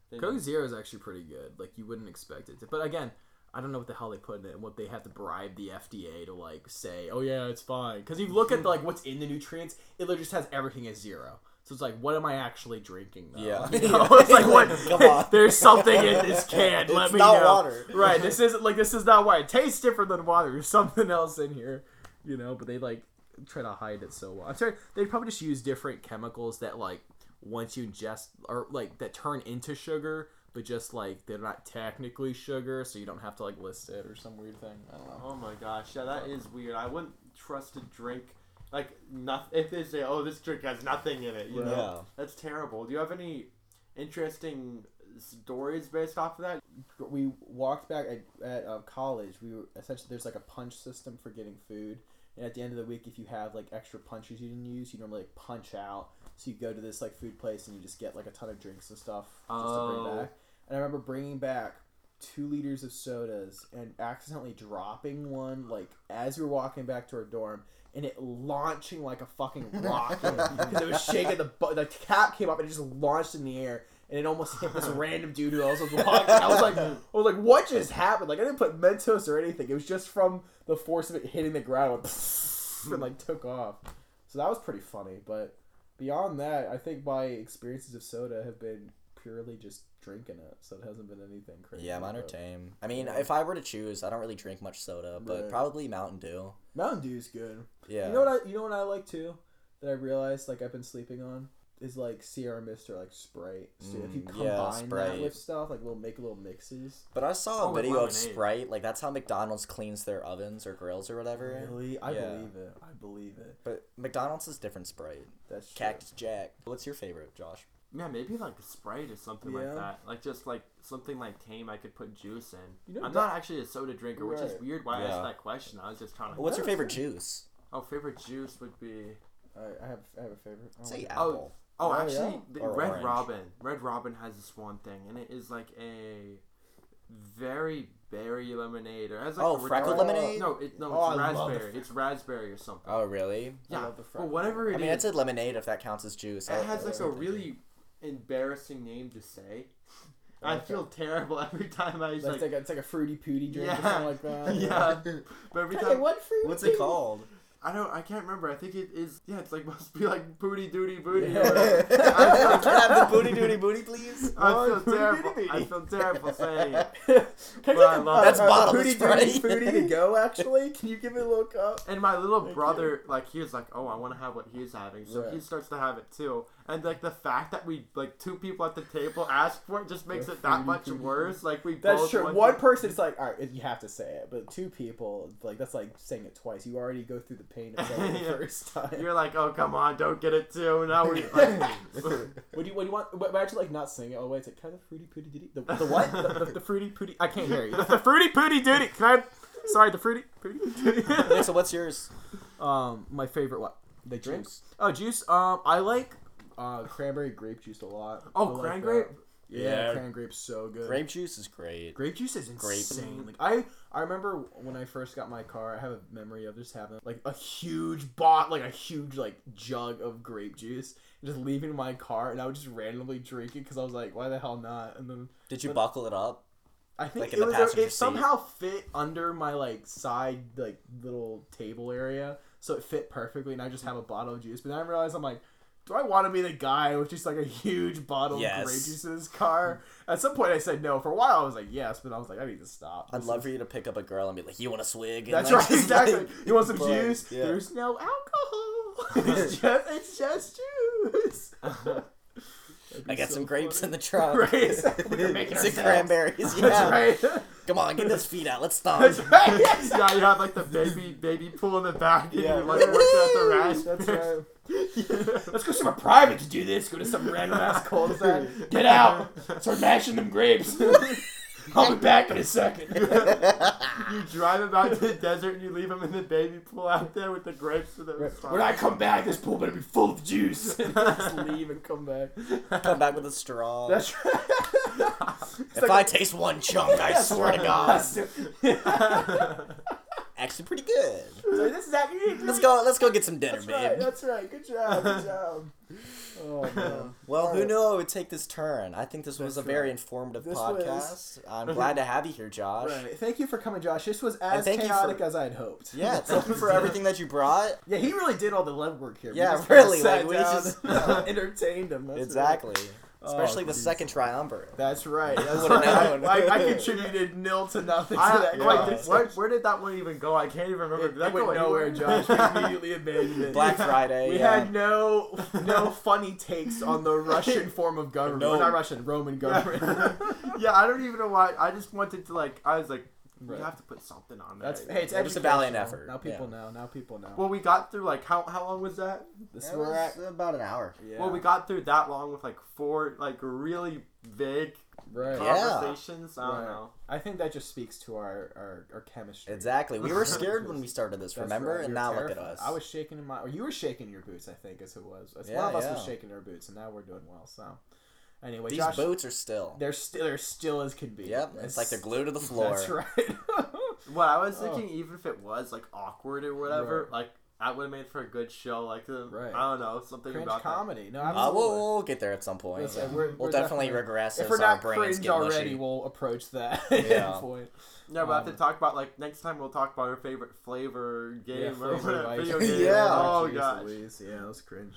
than- Coke Zero is actually pretty good. Like you wouldn't expect it, to, but again, I don't know what the hell they put in it and what they have to bribe the FDA to like say, oh yeah, it's fine. Because you look at like what's in the nutrients, it literally just has everything as zero. So it's like, what am I actually drinking? Though? Yeah. you know? it's like what? Come on. There's something in this can. It's Let me not know. water. Right. This isn't like this is not why it tastes different than water. There's something else in here, you know. But they like try to hide it so well. I'm sorry. They probably just use different chemicals that like once you ingest or like that turn into sugar, but just like they're not technically sugar, so you don't have to like list it or some weird thing. I don't know. Oh my gosh, yeah, that is weird. I wouldn't trust a drink like nothing. If they say, "Oh, this drink has nothing in it," you know, Yeah. that's terrible. Do you have any interesting stories based off of that? we walked back at, at uh, college. We were essentially there's like a punch system for getting food, and at the end of the week, if you have like extra punches you didn't use, you normally like punch out. So you go to this like food place and you just get like a ton of drinks and stuff just to Oh. bring back. And I remember bringing back two liters of sodas and accidentally dropping one like as we were walking back to our dorm and it launching like a fucking rocket because it was shaking the bu- the cap came up and it just launched in the air and it almost hit this random dude who also was walking I was like I was like what just happened like I didn't put Mentos or anything it was just from the force of it hitting the ground it went and like took off so that was pretty funny but beyond that I think my experiences of soda have been purely just drinking it so it hasn't been anything crazy Yeah, mine are but- tame. I mean, if I were to choose, I don't really drink much soda, but Right. probably Mountain Dew. Mountain Dew's good. Yeah. You know what I you know what I like too that I realized like I've been sleeping on is like Sierra Mist or like Sprite. So if you Mm, combine yeah, that Sprite. with stuff, like we'll make little mixes. But I saw a Oh, with video of lemonade. Sprite. Like that's how McDonald's cleans their ovens or grills or whatever. Really? I Yeah. believe it. I believe it. But McDonald's is different Sprite. That's true. Cactus Jack. What's your favorite, Josh? Yeah, maybe like a Sprite or something Yeah. like that. Like just like something like tame, I could put juice in. You know, I'm that- not actually a soda drinker, which is Right. weird. Why I Yeah. asked that question? I was just trying to. What's your favorite juice? Oh, favorite juice would be. I, I have I have a favorite. Oh, Say yeah. apple. Oh, Oh, actually, yeah. the Or Red orange. Robin. Red Robin has this one thing, and it is like a very berry lemonade, or it has like Oh, a freckled retarded- lemonade? No, it, no, Oh, it's I love the raspberry. It's raspberry or something. Oh, really? I yeah, love the well, freckled whatever I it mean, I is, said lemonade if that counts as juice. I- Uh, it has like that's a what I'm thinking. really embarrassing name to say. I Okay. feel terrible every time I It's like, like, a, it's like a fruity pooty drink or Yeah. something like that. yeah, but every Hey, time what fruity? What's it called? I don't, I can't remember. I think it is. Yeah, it's like must be like booty doody booty. Yeah. or whatever. Can I have the booty dooty booty, please? I Or feel booty terrible. doody I doody. feel terrible saying it. Can you Well, I get love uh, That's uh, bottled Fruity Doody Sprite. Fruity to go. Actually, can you give me a little cup? And my little Thank brother, like, he was like, "Oh, I want to have what he's having," so Right. he starts to have it too. And like the fact that we like two people at the table asked for it just makes it that much worse. Like we That's both true. want One to- person, it's like, all right, you have to say it, but two people, like, that's like saying it twice. You already go through the pain of saying it the Yeah. first time. You're like, "Oh, come on, don't get it too." Now we. Like, What do you, what do you want? What, imagine like not singing it all the way. It's like kind of fruity pooty diddy. The, the what? the, the, the fruity pooty. I can't hear you. The, the fruity pooty diddy. Can I? Sorry, the fruity pooty. diddy. Wait, so what's yours? um, my favorite what? The drink. Juice. Oh, juice. Um, I like uh cranberry grape juice a lot. I oh, like cran that. grape. Yeah, Yeah. cran grape's so good. Grape juice is great. Grape juice is Grape. insane. Like I, I remember when I first got my car, I have a memory of just having like a huge bot, like a huge like jug of grape juice, and just leaving my car, and I would just randomly drink it because I was like, why the hell not? And then Did you buckle it up? I think Like in it, the was, passenger it seat. somehow fit under my like side like little table area, so it fit perfectly, and I just have a bottle of juice. But then I realized I'm like, do I want to be the guy with just like a huge bottle Yes. of grape juice in his car? At some point, I said no. For a while, I was like yes, but I was like, I need to stop. I'd This love is- for you to pick up a girl and be like, "You want a swig?" And That's like, right, just, exactly. like, you want some but- juice? yeah. There's no alcohol. it's just it's just juice. I got some grapes in the trunk. Right, exactly. We're making Some ourselves. cranberries. Yeah. That's right. Come on, get those feet out. Let's stomp. That's right. Yes. Yeah, you have like the baby baby pool in the back. and Yeah. You're like working at the rash. That's right. Let's go somewhere private to do this. Go to some random ass cul-de-sac. Get out. Start mashing them grapes. I'll be back in a second. You drive him out to the desert and you leave him in the baby pool out there with the grapes for the When I come back, this pool better be full of juice. Just leave and come back. Come back with a straw. That's right. if I taste one chunk, I swear to God, actually pretty good. So this is actually. Let's go. Let's go get some dinner, That's babe. right. That's right. Good job. Good job. Oh man. Well, who Alright. knew I would take this turn? I think this was a very informative This podcast. I'm glad to have you here, Josh. Right. Thank you for coming, Josh. This was as thank you for- chaotic as I had hoped. Yeah, thank you for everything that you brought. Yeah, he really did all the legwork here. We Yeah, just kinda really, sat like, we down, just- uh, entertained him. That's Exactly. Oh, Especially the geez. second triumvirate. Right. That's right. That's Would've right. I, known. I, I contributed nil to nothing to I, that. wait, contest. did- where, where did that one even go? I can't even remember. It, Did that that went go nowhere, anywhere, Josh. We immediately abandoned it. Black Yeah. Friday. We yeah. had no no funny takes on the Russian form of government. No. Well, Not Russian, Roman government. yeah, I don't even know why. I just wanted to like. I was like, Right. we have to put something on that. That's hey, it's It was a valiant educational. effort, Now people yeah. know. Now people know. well, we got through like how how long was that? this It we're was at. about an hour. Yeah. Well, we got through that long with like four like really vague right. Yeah. conversations. I don't Right. know. I think that just speaks to our our, our chemistry. Exactly. We were scared when we started this, That's remember? right, we And were now look terrified. at us. I was shaking in my, or you were shaking your boots. I think as it was. As Yeah, one of us was yeah. shaking our boots, and now we're doing well. So, anyway, These Josh, boots are still. they're still they're still as can be. Yep. It's like they're glued to the floor. That's right. What I was Oh. thinking, even if it was like awkward or whatever, like that would have made for a good show. Like the, Right. I don't know something Cringe about that. comedy. No, Uh, absolutely. we'll, we'll get there at some point. Listen, Yeah. we're- we'll we're definitely, definitely- regress if as we're our not brains cringe get mushy. already, we'll approach that Yeah. point. No, but I have Um, to talk about like next time we'll talk about our favorite flavor game Yeah, or flavor whatever, of video ice. game. Yeah. Oh Jeez gosh. Louise. Yeah, that was cringe.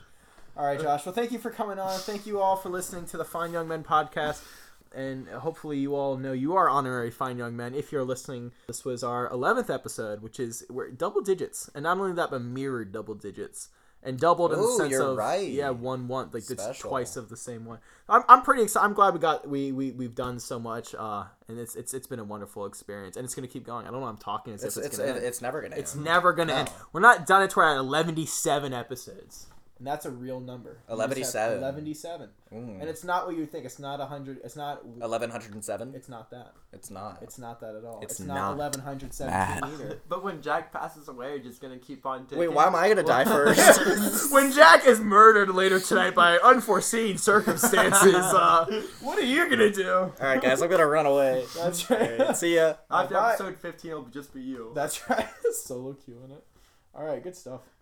All right, Josh. Well, thank you for coming on. Thank you all for listening to the Fine Young Men podcast. And hopefully, you all know you are honorary Fine Young Men if you're listening. This was our 11th episode, which is we're at double digits. And not only that, but mirrored double digits. And doubled in the Ooh, sense you're of right. yeah one one like it's Special. twice of the same one. I'm, I'm pretty excited. I'm glad we got we we we have done so much uh and it's it's it's been a wonderful experience and it's gonna keep going. I don't know. I'm talking as It's, if it's, gonna it's, end. never going to It's end. never gonna end. We're not done until we're at eleven-seven episodes, and that's a real number. Eleventy-seven. Eleven-seven, Mm. and it's not what you think. It's not hundred. It's not. 1107? It's not that. It's not. It's not that at all. It's It's, not not eleven hundred seventeen either. But when Jack passes away, you're just gonna keep on taking. Wait, why am I going to die first? when Jack is murdered later tonight by unforeseen circumstances, uh, what are you gonna do? All right, guys, I'm going to run away. That's All right, right. see ya. After Bye. episode 15, it'll just be you. That's right. Solo queuing it. All right. Good stuff.